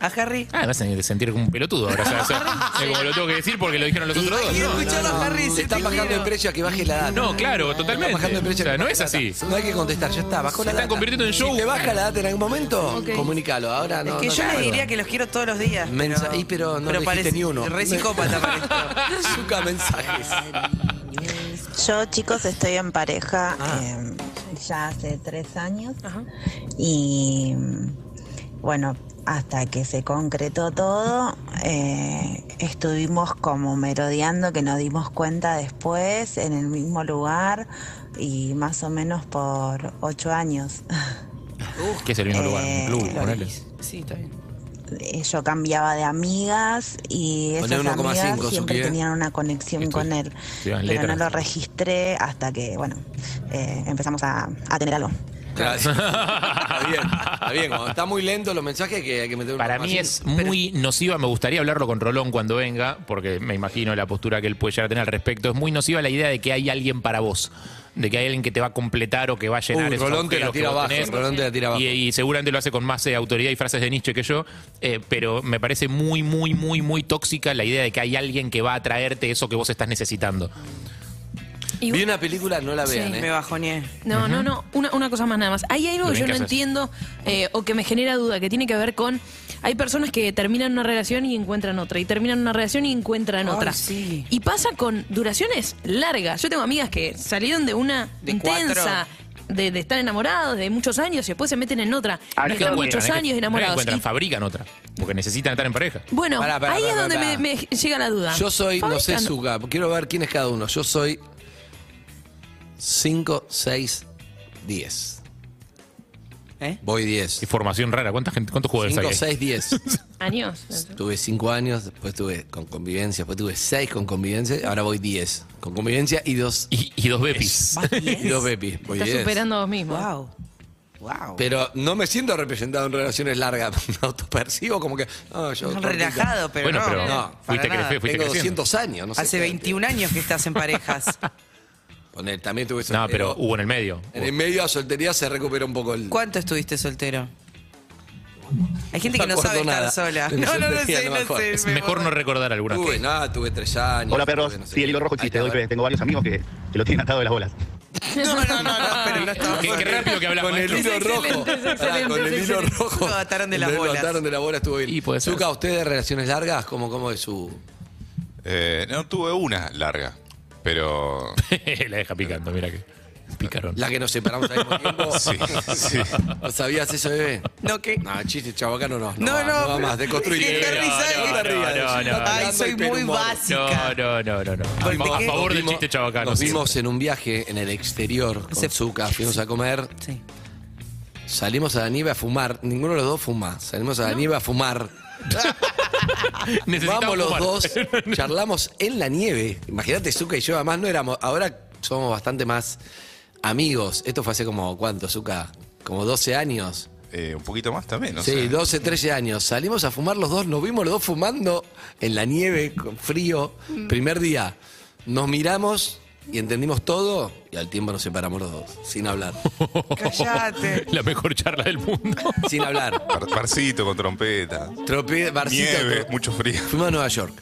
A Harry.
Ah, me vas a sentir como un pelotudo ahora. o sea, eso- es como lo tengo que decir porque lo dijeron los otros dos. No,
Escuchalo,
no, no.
Harry, se está bajando el precio a que baje la data.
No, claro,
bajando
totalmente.
el
O
precio
sea, no es así.
No hay que contestar, ya está, bajó
Se
la
están
data.
convirtiendo en show.
Si te baja la data en algún momento,
Ok.
comunícalo. Ahora no.
es que
no
yo
te
le
acuerdas.
diría que los quiero todos los días.
Mensa- y pero no
pero
dijiste
parece
ni uno.
re psicópata parece.
Zucca mensajes.
Yo, chicos, estoy en pareja eh, ya hace tres años y mm, bueno, hasta que se concretó todo, eh, estuvimos como merodeando que nos dimos cuenta después en el mismo lugar y más o menos por ocho años.
Que es el mismo lugar, un
Eh,
club,
lo
ponele.
Sí, está bien.
Eh, yo cambiaba de amigas y esas
Poné 1,5,
amigas siempre
Suki, ¿eh?
tenían una conexión con él.
Estudiaban
Pero
letras.
no lo registré hasta que, bueno, eh, empezamos a, a tener algo.
Gracias. está bien, está bien. Cuando está muy lento los mensajes que hay que meter un
Para mí es muy nociva, me gustaría hablarlo con Rolón cuando venga, porque me imagino la postura que él puede llegar a tener al respecto. Es muy nociva la idea de que hay alguien para vos, de que hay alguien que te va a completar o que va a llenar
Uy,
esos
Uh, Rolón te la
agujeros que
tira
vos
abajo,
tenés.
Rolón te la tira abajo.
Y, y seguramente lo hace con más eh, autoridad y frases de Nietzsche que yo, eh, pero me parece muy, muy, muy, muy tóxica la idea de que hay alguien que va a traerte eso que vos estás necesitando.
Vi una película, no la
Sí.
vean, ¿eh?
Me
bajoneé.
No, no, no. Una, una cosa más nada más. Hay algo
Lo
que yo
bien que
no
haces.
entiendo eh, o que me genera duda, que tiene que ver con... Hay personas que terminan una relación y encuentran otra, y terminan una relación y encuentran
Ay,
otra.
Ah.
sí.
Y pasa con duraciones largas. Yo tengo amigas que salieron de una
De
intensa... De, de estar enamorados de muchos años y después se meten en otra.
Ah,
Y
no
están
encuentran,
muchos
es que-
años
no
enamorados.
encuentran,
Y-
fabrican otra, porque necesitan estar en pareja.
bueno,
Pará, pará,
ahí
pará,
es donde
pará.
Me, me llega la duda.
Yo soy, no sé,
Fabrican-
Zucca, quiero ver quién es cada uno. Yo soy 5, 6, 10.
¿Eh?
Voy 10.
Y formación rara, ¿cuánta gente, ¿cuántos jugadores
5,
hay?
6, 10.
Años.
Tuve 5 años, después tuve con convivencia, después tuve 6 con convivencia, ahora voy 10. Con convivencia y 2.
Y, dos bepis.
y dos bepis. Voy
Estás
10.
superando a vos mismo.
Wow. Wow.
Pero no me siento representado en relaciones largas. Me autopercibo como que. ah, yo cortito.
Relajado, pero Bueno, no, pero no, fuiste para nada. cre- fuiste
Tengo
creciendo.
200 años, no sé.
Hace
qué-
21 años que estás en parejas.
Poner, también tuve
No, pero hubo en el medio.
En el medio de la soltería se recupera un poco el.
¿Cuánto estuviste soltero? Hay gente que no
acuerdo
sabe estar
nada.
sola.
De mi
No, no, no
soltería
sé,
me
no
acuerdo.
sé. me borré.
no recordar algunas
Tuve, nada, tuve 3 años.
Hola perros,
tuve no sé
sí, el hilo rojo
qué.
existe, doy fe. tengo varios amigos que, que lo tienen atado de las bolas.
No, no, no, no, pero no estaba
Qué, qué rápido que hablamos. ¿eh?
Con el hilo rojo. Pará, Con el hilo rojo.
Lo ataron de las
Lo
bolas.
ataron de la bola, estuvo bien. Y Zucca, ¿usted de relaciones largas? ¿Cómo, cómo es su.?
Eh, no, tuve una larga, pero...
la deja picando, mira que... Picaron.
La que nos separamos al mismo tiempo.
Sí, sí.
¿No sabías eso, bebé?
No, ¿qué?
No, chiste, chabacano no. No,
No,
va, no,
no,
va
pero-
más, deconstruye.
Sí, Harry sabe.
No, no, te rías,
No, no,
está
no.
hablando
Ay, soy
y pero
muy
humor.
básica.
No, no, no, no. A
Nos
favor del
vimos-
chiste chabacano.
Nos vimos en un viaje en el exterior con Zucca, fuimos a comer. Salimos a la nieve a fumar. Ninguno de los dos fuma. Salimos a la nieve a fumar.
Necesitamos
Vamos los
fumar.
dos, charlamos en la nieve. Imagínate, Zuka y yo, además no éramos. Ahora somos bastante más amigos. Esto fue hace como, ¿cuánto, Zuka? Como 12 años.
eh, un poquito más también, ¿no?
sí,
sé.
12, 13 años. Salimos a fumar los dos, nos vimos los dos fumando en la nieve, con frío.
Mm.
Primer día, nos miramos y entendimos todo y al tiempo nos separamos los dos, sin hablar.
Cállate.
La mejor charla del mundo.
Sin hablar.
Bar- barcito con trompeta.
Trope, barcito.
Nieve, mucho frío.
Fuimos a Nueva York.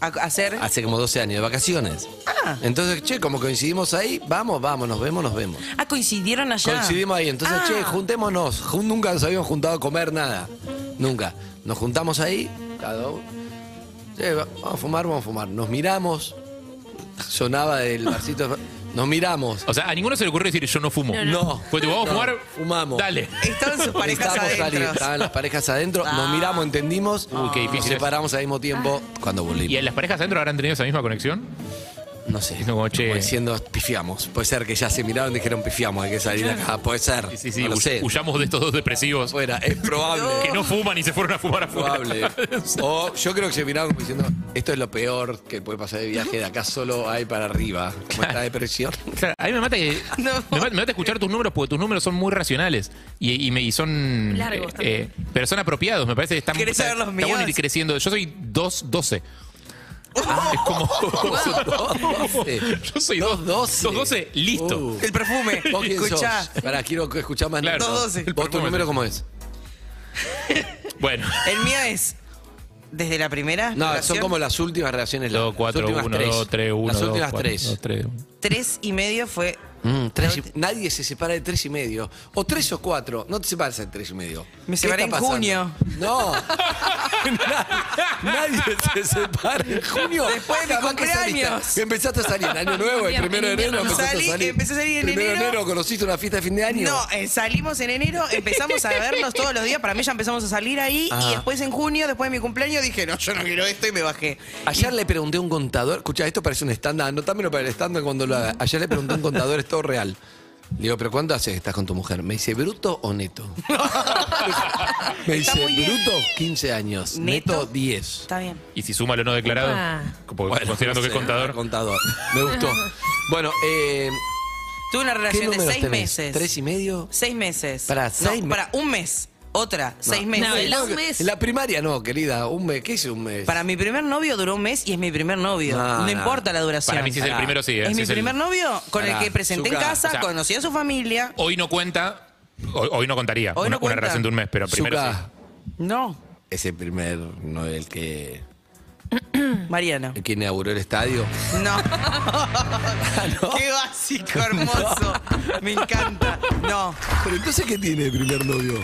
A- hacer.
hace como 12 años, de vacaciones.
Ah.
Entonces, che, como coincidimos ahí, vamos, vamos, nos vemos, nos vemos.
Ah, coincidieron allá.
Coincidimos ahí, entonces,
Ah.
che, juntémonos. Jun- Nunca nos habíamos juntado a comer nada. Nunca. Nos juntamos ahí, cada uno. Che, va- vamos a fumar, vamos a fumar. Nos miramos. Sonaba del barcito. Nos miramos.
O sea, a ninguno se le ocurrió decir yo no fumo.
No, no.
Pues tipo, vamos a
No,
fumar.
Fumamos.
Dale.
Estaban sus parejas
Estábamos
adentro. Ah.
saliendo, estaban las parejas adentro, nos miramos, entendimos,
Uy, qué difícil
nos
es.
separamos al mismo tiempo cuando volvimos.
¿Y en las parejas adentro habrán tenido esa misma conexión?
No sé.
Como, che,
Como diciendo, pifiamos. Puede ser que ya se miraron y dijeron, pifiamos, hay que salir de acá. Puede ser.
sí, sí,
no lo
huy-
sé.
huyamos de estos dos depresivos.
Fuera, es probable.
Que no fuman y se fueron a fumar afuera.
Probable. O yo creo que se miraron como diciendo, esto es lo peor que puede pasar de viaje, de acá solo hay para arriba. Como esta depresión.
Claro, a mí me mata que. me, mata, me mata escuchar tus números porque tus números son muy racionales y, y me, y son.
Largos
eh, pero son apropiados, me parece. que Están,
¿Querés
está-
saber los
está bueno
míos?
ir creciendo. Yo soy 212. Es como. Oh, Yo soy 212. 212, listo.
Uh.
El perfume.
¿Vos quién
Escuchá.
sos? Pará, quiero escuchar más
Claro.
números.
212.
¿Vos tu número cómo es?
Bueno.
El mío es. Desde la primera.
No,
relación,
son como las últimas relaciones. las-
2, 4,
las últimas
1,
tres.
2, 3, 1.
Las últimas tres.
Tres y medio fue.
Mm, tres y- nadie se separa de tres y medio. O tres o cuatro. No te separas de tres y medio.
Me
¿Qué
separé
está
en
pasando?
junio.
No. nadie, nadie se separa en junio.
Después de mi
Capaz que saliste.
cumpleaños.
Que empezaste a salir en año nuevo, el
Bien,
primero de
bien,
enero.
bien.
empezaste
Salí,
a salir.
empecé a salir en
primero de
enero.
enero. ¿Conociste una fiesta de fin de año?
No, eh, salimos en enero, empezamos a vernos todos los días. Para mí ya empezamos a salir ahí.
Ah.
Y después en junio, después de mi cumpleaños, dije, no, yo no quiero esto y me bajé.
Ayer
eh,
le pregunté a un contador, escucha, esto parece un estándar, anótamelo para el estándar cuando lo haga. Ayer le pregunté a un contador, es todo real. Le digo, ¿pero cuánto haces que estás con tu mujer? Me dice, ¿bruto o neto? Me
Está
dice,
muy bien.
bruto, 15 años,
¿Neto?
neto, 10.
Está bien.
Y si suma lo no declarado,
Ah.
como-
Bueno,
considerando
no
que
sé,
es contador.
Contador, me gustó. Bueno, eh,
Tuve una relación de
números
seis
tenés?
meses.
¿Tres y medio?
Seis meses.
Pará, seis
no,
me-
para un mes. Otra, seis
No,
meses.
no, no, que- En la primaria no, querida, un mes, ¿qué es un mes?
Para mi primer novio duró un mes y es mi primer novio.
No,
No,
no.
importa la duración.
Para mí sí es el
Pará.
primero, sí, eh.
Es
Sí
mi
es el-
primer novio con
Pará,
el que presenté en
Zucca.
casa,
O sea,
conocí a su familia.
Hoy no cuenta. Hoy, hoy no contaría
Hoy no
una, una
cuenta.
relación de un mes, pero primero
Zucca,
No,
ese primer, no el que,
Mariano.
el que inauguró el estadio.
No. Qué básico, hermoso. Me encanta. No.
Pero entonces, ¿qué tiene de primer novio?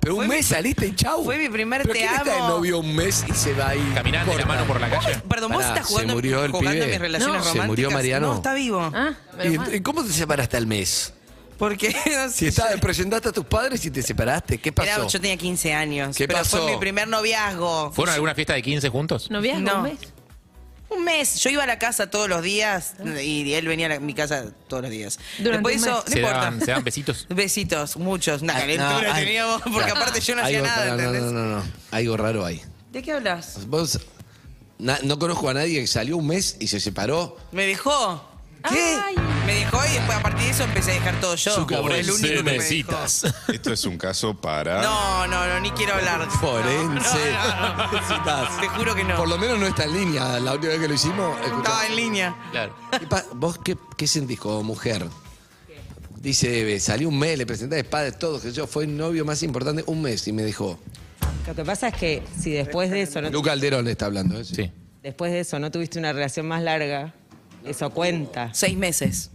Pero un mes saliste y chau.
Fue mi primer
¿Pero
te
quién está de
amo.
novio un mes y se va ahí?
sí. Caminando de la mano por la calle.
Perdón, vos
Pará,
estás
se
jugando,
murió el
jugando a
pibe.
mis relaciones
No. Se
románticas.
murió Mariano.
No, está vivo.
Ah, menos mal.
¿Y, y cómo te separaste al mes?
Porque no
Si
sé,
estaba, presentaste a tus padres y te separaste, ¿qué pasó?
era- yo tenía 15 años.
¿Qué
pero
pasó?
fue mi primer noviazgo.
¿Fueron a alguna fiesta de 15 juntos?
¿Noviazgo
No.
un mes?
Un mes. Yo iba a la casa todos los días y él venía a la- mi casa todos los días.
Durante
Después
un
eso,
mes.
no
se,
importa.
daban, se daban besitos.
Besitos, muchos. Una
Ay,
calentura
Ah, no, ay,
teníamos, porque
claro.
aparte yo no hacía
Algo-
nada,
no,
¿entendés?
No, no, no, no. Algo raro ahí.
¿De qué hablas?
Vos, na- no conozco a nadie que salió un mes y se separó.
Me dejó.
¿Qué? Ay.
Me dejó y después a partir de eso empecé a dejar todo yo.
Zucca,
Fue el único que me dejó.
Esto es un caso para.
No, no, no, ni quiero hablar.
Forense.
No, no, no.
Necesitas.
Te juro que no.
Por lo menos no está en línea. La última vez que lo hicimos, escuchá.
Estaba en línea.
Claro.
¿Qué pa- ¿Vos qué, qué sentís como mujer? Dice, eh, salí un mes, le presenté a mis padres, todo, que yo fue el novio más importante un mes y me dejó.
Lo que pasa es que si después de eso no,
Luca Alderón le está hablando, ¿eh?
Sí.
después de eso no tuviste una relación más larga, eso cuenta.
Seis meses.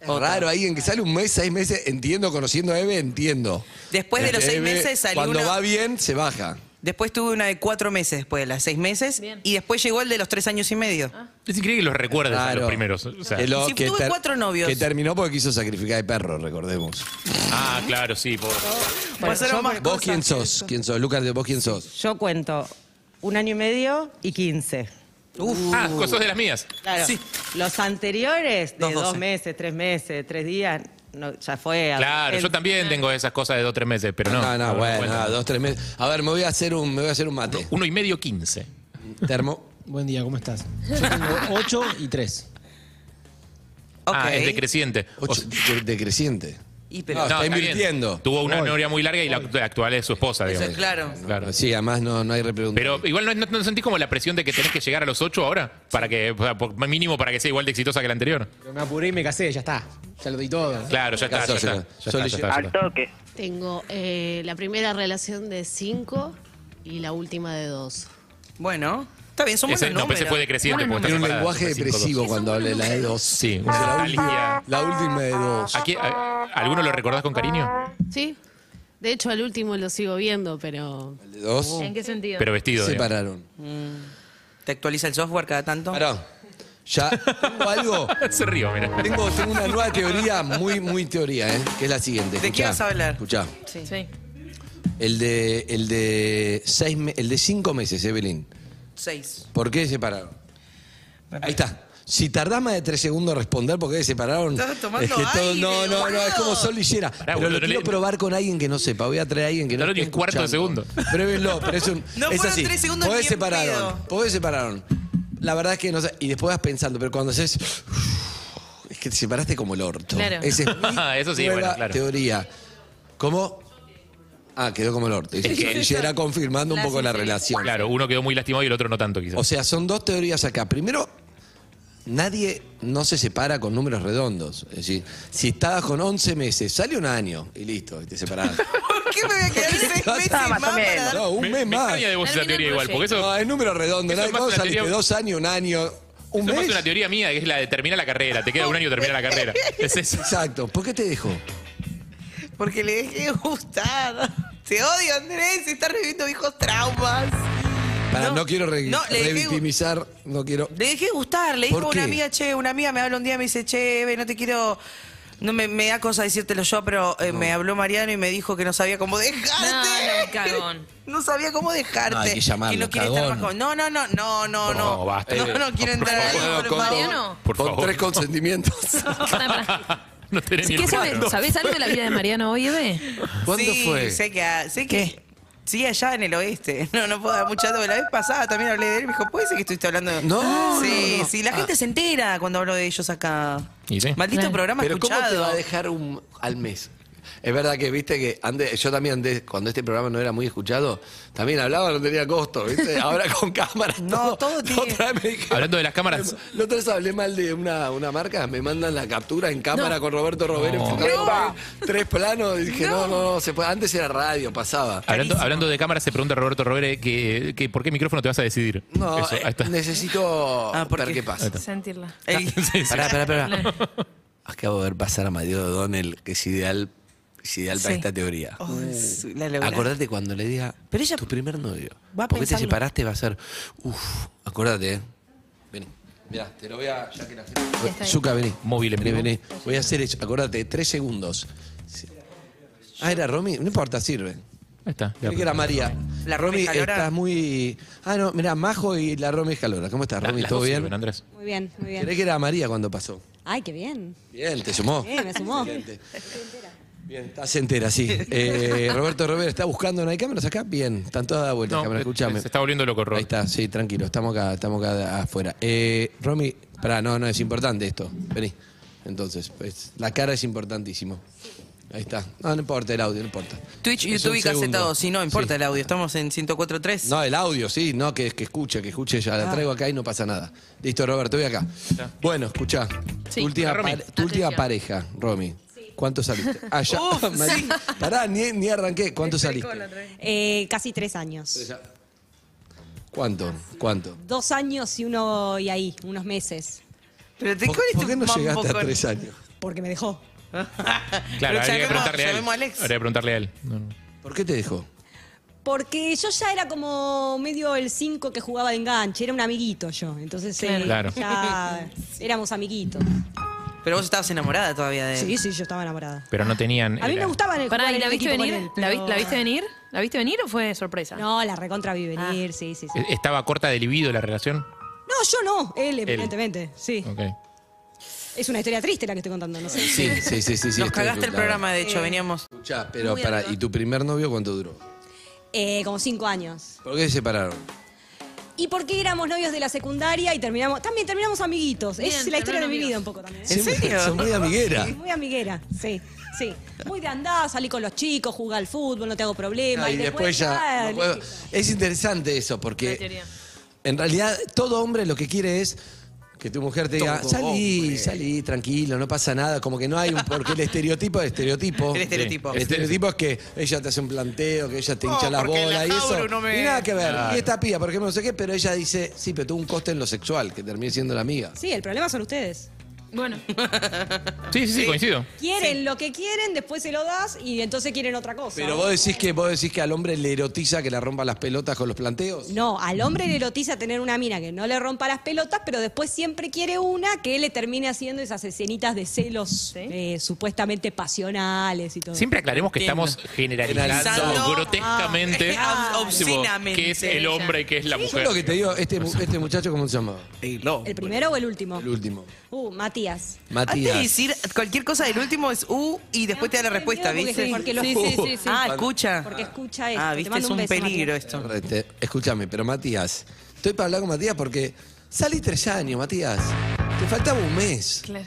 Es Raro, alguien que sale un mes, seis meses, entiendo, conociendo a Eve, entiendo.
Después de los seis
Eve,
meses salió
Eh, Cuando
una-
va bien, se baja.
Después tuve una de cuatro meses después de las seis meses.
Bien.
Y después llegó el de los tres años y medio.
Es increíble que los recuerdes a los
Claro.
primeros. o sea.
Que lo-
Si
que
tuve
ter-
cuatro novios.
Que terminó porque quiso sacrificar de perro, recordemos.
ah, claro, sí. por-
Pasaron más
¿Vos
cosas.
quién sos? ¿Quién sos? Lucas, ¿vos quién sos?
Yo cuento un año y medio y quince.
Ah, cosas de las mías.
Claro.
Sí.
Los anteriores, de
Dos,
dos,
doce.
meses, tres meses, tres días, no, ya
Eh,
fue.
Claro, yo
adolescente.
también tengo esas cosas de dos o tres meses, pero no.
no, no, bueno,
cuenta.
no, dos, tres meses. A ver, me voy a hacer un, me voy a hacer un mate.
Uno y medio, quince.
Termo.
Buen día, ¿cómo estás? Yo tengo 8 y 3.
Ok.
Ah, es decreciente. O
Ocho,
sea,
de- decreciente.
Y pero-
No, está
bien.
invirtiendo.
Tuvo una
Hoy.
novia muy larga y la la actual es su esposa,
Eso
digamos.
es claro.
Sí, además no, no hay
Pero igual no, no- no sentís como la presión de que tenés que llegar a los 8 ahora, para que, o sea, por- mínimo para que sea igual de exitosa que la anterior.
Pero me apuré y me casé, ya está. Ya lo di todo.
Claro, ya está, ya está. ya está, ya está, ya está.
toque. Tengo eh, la primera relación de 5 y la última de 2.
Bueno, está bien, son
Ese-
buenos
no,
pues
pero ese
números.
fue decreciente,
Buenos
porque
Tiene un
separada,
lenguaje
cinco,
depresivo
dos.
cuando habla de la de dos.
Sí,
O sea, la,
una
última, la última de dos.
Aquí, a- ¿Alguno lo recordás con cariño?
¿Sí? De hecho, al último lo sigo viendo, pero.
¿De dos?
¿En qué sentido?
Pero vestido.
Se
digamos.
pararon.
¿Te actualiza el software cada tanto?
Pará. Ya tengo algo.
Se río, mira.
Tengo, tengo una nueva teoría, muy, muy teoría, ¿eh? que es la siguiente.
¿De qué
Escuchá,
vas a hablar?
Escuchá.
Sí.
El de, el de seis me- el de cinco meses, Evelyn.
Seis.
¿Por qué separaron? Ahí está. Si tardás más de tres segundos en responder por qué separaron,
Estás tomando
es que
aire,
no, no, no, es como
boludo.
solo hiciera. pero
boludo,
lo
no
quiero
le-
probar con alguien que no sepa. Voy a traer a alguien que no
Tardó ni
esté
un cuarto de
escuchando. Pruébenlo, pero es un.
No
es
fueron
así.
tres segundos
Podés
ni en
separaron.
pedo.
Podés separaron. La verdad es que no sé. Y después vas pensando, pero cuando haces. Es que te separaste como el orto.
Claro.
Esa es mi
Ah, Eso sí,
nueva
bueno, claro.
teoría. ¿Cómo? Ah, quedó como el orto. Y
Es que-
y era confirmando un poco la relación.
Claro, uno quedó muy lastimado y el otro no tanto, quizás.
O sea, son dos teorías acá. Primero, nadie no se separa con números redondos. Es decir, si estabas con 11 meses, sale un año y listo, y te separás.
¿Por qué me voy a quedar seis meses más para dar-
No, un mes
me
más.
extraña de vos esa Termina el teoría igual, porque proyecto. eso-
No, es número redondo.
eso
Nadie
es más
vos
una
saliste
teoría-
dos años, un año, un
Eso
mes.
es una teoría mía, que es la de terminar la carrera. Te queda un año terminar la carrera. Es eso.
Exacto. ¿Por qué te dejó?
Porque le dejé gustar. Te odio, Andrés. Estás reviviendo viejos traumas.
Para, no, quiero re-
no, le dejé-
revictimizar, no quiero...
Le dejé gustar. Le
¿Por
dijo a una
qué?
amiga, che, una amiga me habla un día y me dice, che, Eve, no te quiero. No me, me da cosa decírtelo yo, pero eh, me habló Mariano y me dijo que no sabía cómo dejarte. No, cagón. No sabía cómo dejarte.
No, hay que llamarlo,
no quiere estar
cagón.
más con- No, no, no, no, no,
Por
no.
favor, basta,
no,
Eve.
no quiero entrar ahí.
Bueno,
por
con-
Mariano.
Con, tres consentimientos.
no tenés
¿Qué sabes, ¿Sabés algo de la vida de Mariano hoy, Eve?
¿Cuándo
sí,
fue?
Sé que, a- sé que sí, allá en el oeste. No, no puedo dar mucho dato. La vez pasada también hablé de él. Me dijo, ¿puede ser que estuviste hablando de
No,
Sí,
no, no.
sí, la
Ah.
gente se entera cuando hablo de ellos acá. Maldito programa
Pero
escuchado.
¿cómo te va a dejar un, al mes? Es verdad que, viste, que antes, yo también antes, cuando este programa no era muy escuchado, también hablaba, no tenía costo, viste. Ahora con cámaras, no, todo tiene...
Hablando de las cámaras.
La otra vez hablé mal de una, una marca, me mandan la captura en cámara
No.
con Roberto Robert
No.
enfocado, tres planos, y dije, no, no, no, se puede. antes era radio, pasaba.
Hablando, hablando de cámaras, se pregunta Roberto Robere que, que por qué micrófono te vas a decidir.
No,
Eso, ahí
eh,
está.
Ah,
necesito ver Ah, qué pasa.
Sentirla.
Pará, pará, pará. Acabo de ver pasar a Mateo O'Donnell, que es ideal, es ideal para
Sí.
esta teoría.
Oh, sí, la logré.
Acordate cuando le diga tu primer novio.
va a
¿Por qué te
pensarlo.
separaste? Va a ser. Uf, acordate, eh. Vení. Mirá, te lo voy a. Ya que la gente. Zuka, vení.
Móvil en
Vení,
vivo.
vení. Voy a hacer eso. Acordate, tres segundos. Sí. Ah, era Romy. No importa, sirve.
Ahí está.
Creo que era María.
La Romy
Romy,
Jalora.
estás muy. Ah, no, mirá, Majo y la Romy Jalora. ¿Cómo estás,
La-
Romy?
las
¿Todo
dos
bien?
sirven, Andrés.
Muy bien, muy
Creí
bien.
que era María cuando pasó.
Ay, qué bien.
Bien, te sumó.
Sí, me sumó.
Bien, estás entera, sí. Eh, Roberto Robert, ¿está buscando? ¿No hay cámaras acá? Bien, están todas dadas vueltas,
No,
cámaras,
se-
escúchame.
se está volviendo loco, Rob.
Ahí está, sí, tranquilo, estamos acá, estamos acá afuera. Eh, Romy, pará, no, no, es importante esto. Vení. Entonces, pues, la cara es importantísimo. Ahí está. No, no importa el audio, no importa.
Twitch,
Es
YouTube
un
y Caseta
segundo.
2. Sí, no importa
Sí.
el audio. Estamos en 104.3.
No, el audio, sí, no, que, que escuche, que escuche, ya la
Ah.
traigo acá y no pasa nada. Listo, Roberto, voy acá.
está.
Bueno, escuchá.
Sí.
Tu, última,
Romy.
pare- tu última pareja, Romy. ¿Cuánto saliste? Ah, ya.
Uf,
Marí-
sí.
Pará, ni, ni arranqué. ¿Cuánto saliste?
Eh, casi tres años.
¿Cuánto? ¿Cuánto?
Dos años y uno y ahí, unos meses.
Pero te
¿Por, por qué no llegaste a tres años?
Porque me dejó.
Claro, habría que
llamemos-
preguntarle a él.
llamemos a Alex.
Habría que preguntarle a él. No, no.
¿Por qué te dejó?
Porque yo ya era como medio el 5 que jugaba de enganche, era un amiguito yo. Entonces eh,
Claro.
ya éramos amiguitos.
Pero vos estabas enamorada todavía de él.
Sí, sí, yo estaba
Ah.
enamorada.
Pero no tenían.
A mí me
era-
gustaba el
Pará,
jugar
¿y
en
la
el
viste
equipo con
venir?
él,
¿La, vi-
pero-
la viste venir? ¿La viste venir o fue sorpresa? Ah.
No, la recontra vi venir, sí, sí, sí.
Eh, ¿Estaba corta de libido la relación?
No, yo no, él, evidentemente, sí.
Ok.
Es una historia triste la que estoy contando, no sé.
Sí, sí, sí, sí. sí
Nos
estoy
cagaste el
claro.
programa, de hecho,
Eh.
veníamos.
Escuchá, pero
Muy
para,
arriba.
¿y tu primer novio cuánto duró?
Eh, como cinco años.
¿Por qué se separaron?
y porque éramos novios de la secundaria y terminamos, también terminamos amiguitos. es
Bien,
la historia de mi
terminaron
vida un poco también.
¿En serio? Son muy amiguera.
Sí, muy amiguera, sí. Sí, muy de andar, salí con los chicos, jugar al fútbol, no te hago problema.
Ah, y después ya.
ah,
no puedo-
listo.
Es interesante eso, porque en realidad todo hombre lo que quiere es. Que tu mujer te diga,
Todo
salí,
hombre".
salí, tranquilo, no pasa nada. Como que no hay un. Porque el estereotipo es estereotipo.
El estereotipo.
El estereotipo es que ella te hace un planteo, que ella te hincha
Oh,
las
porque en la
bolas y eso.
Jauro no me-
Y nada que ver.
Claro.
Y esta pía, por ejemplo, no sé qué, pero ella dice, sí, pero tuvo un coste en lo sexual, que terminé siendo la amiga.
Sí, el problema son ustedes.
Bueno.
Sí, sí, sí, coincido.
Quieren lo que quieren, después se lo das y entonces quieren otra cosa.
Pero vos decís que vos decís que al hombre le erotiza que le rompa las pelotas con los planteos.
No, al hombre le erotiza tener una mina que no le rompa las pelotas, pero después siempre quiere una que le termine haciendo esas escenitas de celos eh, supuestamente pasionales y todo.
Siempre aclaremos que estamos generalizando
Generalizando.
grotescamente
Ah,
tipo,
obscenamente.
qué es el hombre y qué es la
Yo
mujer.
lo que te digo, este, mu- este muchacho, ¿cómo se llama?
¿El primero o el último?
El último.
Uh, Matías.
Matías.
Antes de decir cualquier cosa del último es U y después te da la respuesta,
Porque-
¿viste?
porque lo-
Ah, escucha.
Porque escucha esto.
Ah,
Te
viste,
mando
es un
beso,
peligro
Matías.
esto.
Este, escúchame, pero Matías, estoy para hablar con Matías porque salí tres años, Matías. Te faltaba un mes.
Claro.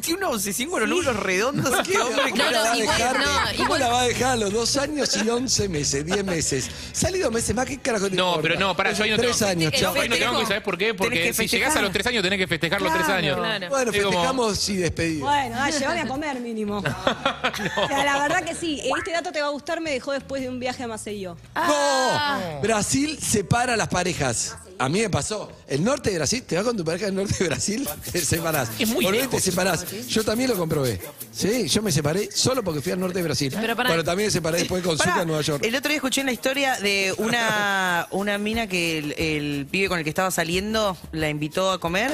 Tiene una obsesión con los números redondos. Qué hombre,
¿Cómo,
que
la va, a
igual-
dejar?
no,
¿Cómo
igual-
la va a dejar a los dos años y once meses, diez meses? Salí dos meses más, ¿qué carajo te
No,
importa?
pero no, pará, yo ahí no te
Tres años,
no,
chao.
ahí no te banco, ¿sabes por qué? Porque
Tenés que
si llegás a los
festejar.
tres años tenés que festejar los tres años.
Bueno,
Es como-
festejamos y despedimos.
Bueno, dale, llévame a comer mínimo. O sea, la verdad que sí. Este dato te va a gustar, me dejó después de un viaje a Maceió.
¡No! Brasil separa las parejas. A mí me pasó. El norte de Brasil, te vas con tu pareja del norte de Brasil, te separás. Es muy te separás. Yo también lo comprobé. Sí, yo me separé solo porque fui al norte de Brasil. Pero,
Pero pará.
también me separé después con
Pará,
Zucca en Nueva York.
El otro día escuché una historia de una, una mina que el, el pibe con el que estaba saliendo la invitó a comer.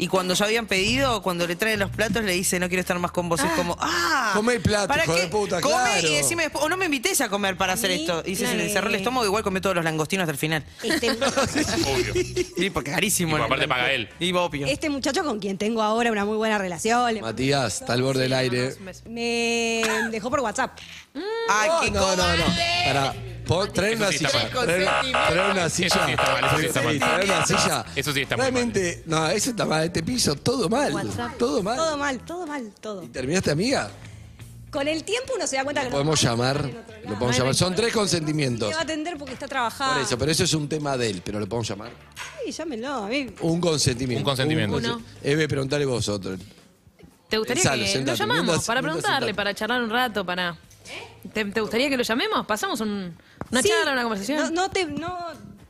Y cuando ya habían pedido, cuando le traen los platos, le dice, no quiero estar más con vos. Es como, ¡ah!
Come el plato,
¿para
hijo
qué?
de puta,
Come
claro.
y decime después, o no me invites a comer para hacer
Sí,
esto. Y se, se le
claro.
cerró el estómago, igual comió todos los langostinos hasta el final. Sí, porque carísimo.
Y aparte paga él.
Y obvio.
Este muchacho con quien tengo ahora una muy buena relación. le-
Matías, está al borde del aire.
Me dejó por WhatsApp.
Ay,
qué no, no, no. Pará. Po- Trae
Eso
una
sí está
silla.
mal.
Trae trae una
Eso sí
silla.
está mal, eso sí está mal.
Trae una silla.
Eso sí está muy mal.
Realmente, no, eso está mal. Este piso, todo mal.
WhatsApp.
Todo mal.
Todo mal, todo mal, todo.
¿Terminaste, amiga?
Con el tiempo uno se da cuenta que no
Podemos llamar. Lo podemos llamar. Son tres
te
consentimientos.
va a atender porque está trabajando.
Por eso, pero eso es un tema de él, pero lo podemos llamar.
Sí, llámenlo a mí.
Un consentimiento.
Un consentimiento.
consen-
Uno.
Eve, preguntale vosotros.
¿Te gustaría
Pensalo,
que
sentate,
lo llamamos
mientras-
para
mientras
preguntarle, para charlar un rato, para... ¿Te, te gustaría que lo llamemos? ¿Pasamos un- una
Sí,
charla, una conversación?
No, no te, no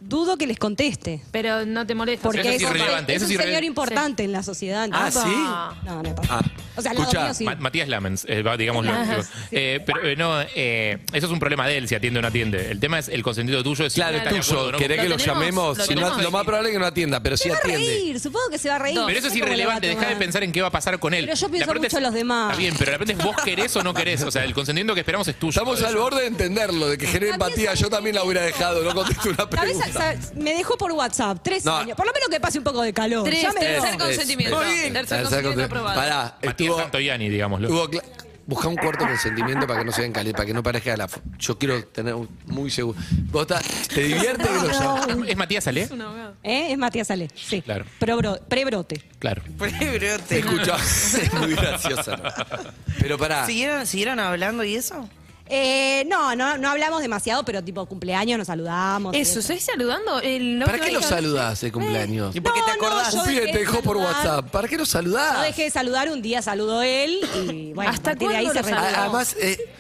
dudo que les conteste.
Pero no te molesta.
Porque
Eso
es,
es
un-
irrelevante,
es
eso
un
es irrele-
señor importante en la sociedad. entonces-
Ah,
No, no,
Ah,
O sea, al lado
escucha,
mío sí.
Ma- Matías Lamens, eh, va, digámoslo.
Ah,
Ajá,
digo.
sí.
Eh, pero eh, no, eh, eso es un problema de él, si atiende o no atiende. El tema es el consentido tuyo. Es
Claro,
es
tuyo. ¿Querés que lo llamemos? Si no- lo más probable es que no atienda, pero sí
Se va a
atiende.
reír, supongo que se va a reír.
Pero
No
eso es
sé cómo le va a
irrelevante, deja de
tomar.
pensar en qué va a pasar con él.
Pero yo
La
pienso mucho
pregunta es-
en los demás.
Está bien, pero la pregunta es vos querés o no querés. O sea, el consentimiento que esperamos es tuyo.
Estamos al borde de entenderlo, de que genere empatía. Yo también la hubiera dejado, no contesto una
La vez,
pregunta.
sa- me dejó por WhatsApp, tres
No.
años. Por lo menos que pase un poco de calor.
Tres,
ya me
tres,
dio.
tercer consentimiento.
Muy bien.
Tercer
Tercer
consentimiento
consentimiento.
aprobado.
Pará,
Matías Santoyani, digámoslo.
Tuvo cla- Busca un cuarto consentimiento para que no se vean calientes, para que no parezca la. fo- Yo quiero tener un- muy seguro. ¿Vos estás- ¿Te divierte que lo llames?
¿Es Matías Ale?
¿Eh? Es Matías Ale, sí.
Claro.
Probro- Prebrote.
Claro.
Prebrote.
Escucha, es muy graciosa. ¿no? Pero pará.
¿Siguieron, ¿Siguieron hablando y eso?
Eh, no, no, no hablamos demasiado, pero tipo cumpleaños nos saludamos.
Eso, ¿estoy saludando? El-
¿Para qué lo saludás de cumpleaños?
¿Y por qué te No, no, acordás? yo
Un pibe
dejé
te
de
dejó por
saludar.
WhatsApp. ¿Para qué lo
Yo
saludás?
dejé de saludar un día, saludó él y bueno, a
¿Hasta
partir de ahí se
cuándo lo
retiró.
saludó?
Además, eh,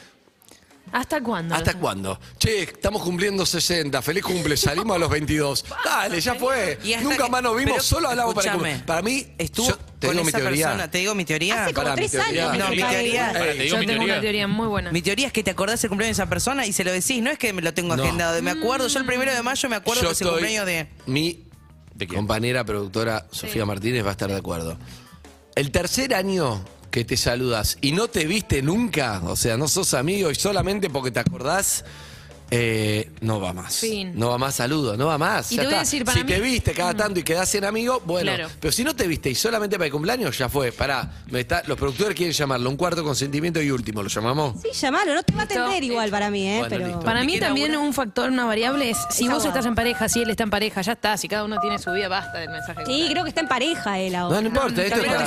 ¿Hasta cuándo?
¿hasta cuándo? Che, estamos cumpliendo 60. Feliz cumple. Salimos a los 22. Dale, ya fue.
Y hasta
Nunca
que-
más nos vimos.
pero,
Solo hablamos para el
escúchame,
cumple. Para mí,
Estuvo
yo te
con
digo mi
esa
teoría.
persona. Te digo mi teoría.
Hace como Pará, mi tres teoría. años que
No, mi
está
teoría.
ahí. Pará, te digo
Yo
mi
tengo
teoría.
una
teoría muy buena.
Mi teoría es que te acordás el cumpleaños de esa persona y se lo decís. No es que me lo tengo
No.
agendado. Me acuerdo, yo el primero de mayo me acuerdo
Yo
que es el
estoy-
cumpleaños de.
Mi compañera productora Sofía Martínez va a estar de acuerdo. El tercer año que te saludas y no te viste nunca, o sea, no sos amigo y solamente porque te acordás, Eh, no va más.
Fin.
No va más saludo, no va más.
Y
Ya
te voy a
está.
decir, para
si
mí- Mm.
te viste cada tanto y quedás en amigo, bueno.
Claro.
Pero si no te viste y solamente para el cumpleaños, ya fue. Pará, me está, los productores quieren llamarlo. Un cuarto consentimiento y último, ¿lo llamamos?
Sí, llamalo, no te va a atender igual para mí, ¿eh?
Bueno,
pero...
listo.
Para mí también un factor, una variable es si
Es
vos
abogado.
estás en pareja, si él está en pareja, ya está, si cada uno tiene su vida, basta del mensaje.
Sí, creo que está en pareja él
No,
ahora.
no importa, esto es para-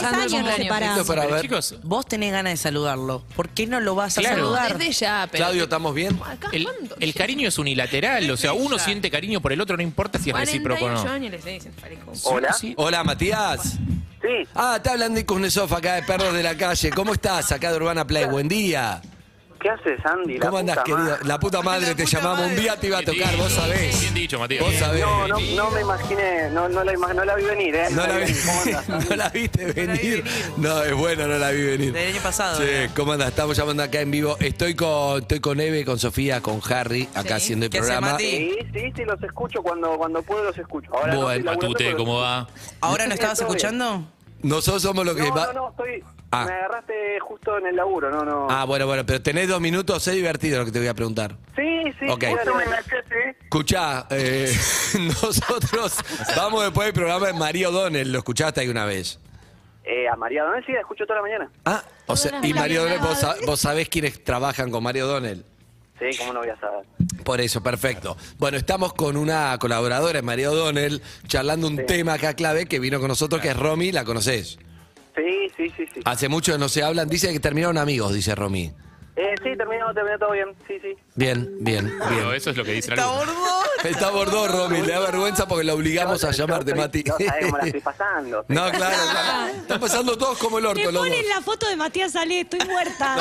esto es para ver.
Chicos, vos tenés ganas de saludarlo. ¿por qué no lo vas a
Claro.
saludar?
Desde ya, pero-
Claudio,
¿estamos bien? Eh,
El, el cariño es unilateral, o sea, uno siente cariño por el otro, no importa si es recíproco o
48
no.
años les dicen parejo.
Sí. Hola, Matías.
Sí.
Ah, está hablando de Kuznetsov acá de Perros de la Calle. ¿Cómo estás? Acá de Urbana Play. Buen día.
¿Qué haces, Andy? La
¿Cómo andás,
puta
querido?
madre.
La puta madre, te llamamos. Un día te iba a tocar, vos sabés.
Bien dicho, Matías.
Vos sabés.
No, no, no me imaginé, no, no, la, ima- no la vi venir, ¿eh?
No la vi,
¿Cómo andás?
no la viste venir. No, es bueno, no la vi venir.
Del año pasado, ¿eh?
Sí, ¿cómo andas? Estamos llamando acá en vivo. Estoy con, estoy con Eve, con Sofía, con Harry, acá haciendo el programa.
Sí, sí, sí, los escucho cuando, cuando puedo, los escucho. Ahora no estoy
Bueno,
laburando, pero-
va?
¿Ahora no estabas
Todo bien.
escuchando?
Nosotros somos los que...
No,
Eh, va-
no, no, estoy.
Ah.
Me agarraste justo en el laburo, no, no.
Ah, bueno, bueno, pero tenés dos minutos, es divertido lo que te voy a preguntar.
Sí, sí,
Ok.
claro.
Escuchá, eh, nosotros vamos después del programa de María O'Donnell, lo escuchaste ahí una vez.
Eh, a María Donel sí, la escucho toda la mañana.
Ah, o sea,
Todas
y
las
María O'Donnell, vos,
mañanas.
sa- vos sabés quiénes trabajan con María O'Donnell.
Sí, como no voy a saber.
Por eso, perfecto. Bueno, estamos con una colaboradora, María O'Donnell, charlando un tema acá clave que vino con nosotros, que es Romy, la conoces.
Sí, sí, sí,
Ah,
sí.
Hace mucho que no se hablan, dice que terminaron amigos, dice Romy.
Eh, sí, terminó, terminó todo bien. Sí, sí.
Bien, bien, bien.
Eso es lo que dice
Está
bordo.
Ah,
Está bordó, Romy, le da vergüenza porque la obligamos a llamarte, Mati.
No sabés cómo la estoy pasando.
No, claro, claro. Están pasando todos como el
Te
orto, los dos.
ponen la foto de Matías Ale, estoy muerta.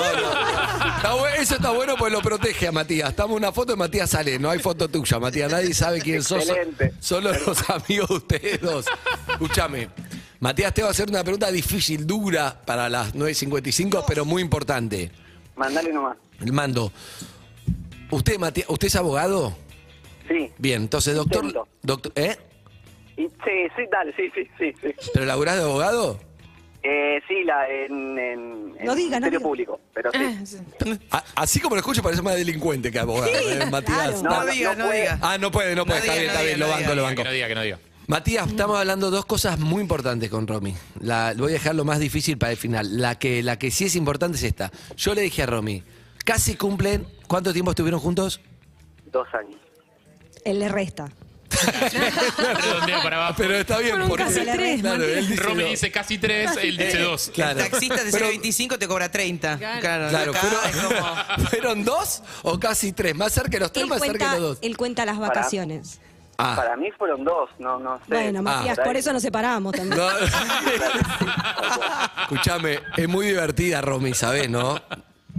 Está bu- eso está bueno porque lo protege a Matías. Estamos una foto de Matías Ale, no hay foto tuya, Matías. Nadie sabe quién sos.
Excelente.
Solo los amigos de ustedes dos. Escúchame. Matías, te va a hacer una pregunta difícil, dura para las 9.55, pero muy importante.
Mandale nomás.
El mando. ¿Usted, Matías, ¿usted es abogado?
Sí.
Bien, entonces, doctor.
Intento.
doctor ¿Eh?
Y, sí, sí, dale, sí, sí, sí. sí.
¿Pero laburás de abogado?
Eh, sí, la, en, en, en
No diga, no
Ministerio
diga.
Público, pero sí.
A- así como lo escucho, parece más delincuente que abogado,
Sí,
¿eh, Matías.
claro. No, No no, diga, no no puede. diga.
Ah, no puede, no puede. está bien, está bien, lo banco, lo banco.
Que no diga, que no diga.
Matías, estamos hablando dos cosas muy importantes con Romy. La, voy a dejar lo más difícil para el final. La que, la que sí es importante es esta. Yo le dije a Romy, casi cumplen. ¿Cuánto tiempo estuvieron juntos?
Dos años.
Él le resta.
Redondea para abajo.
Pero está bien,
Fueron
porque.
casi tres,
claro,
Matías.
él dice
Romy
dos.
dice casi tres, él dice
Eh,
dos.
claro.
El taxista te sale
Pero-
25, te cobra 30. Claro,
Claro,
acá
fueron,
es como-
¿fueron dos o casi tres? Más cerca de los tres,
Él
más cerca
cuenta,
de los dos.
él cuenta las
Pará.
vacaciones.
Ah.
Para mí fueron dos, no, no sé.
Bueno, Matías, por eso nos separamos también.
No. Escuchame, es muy divertida Romy, ¿sabés, no?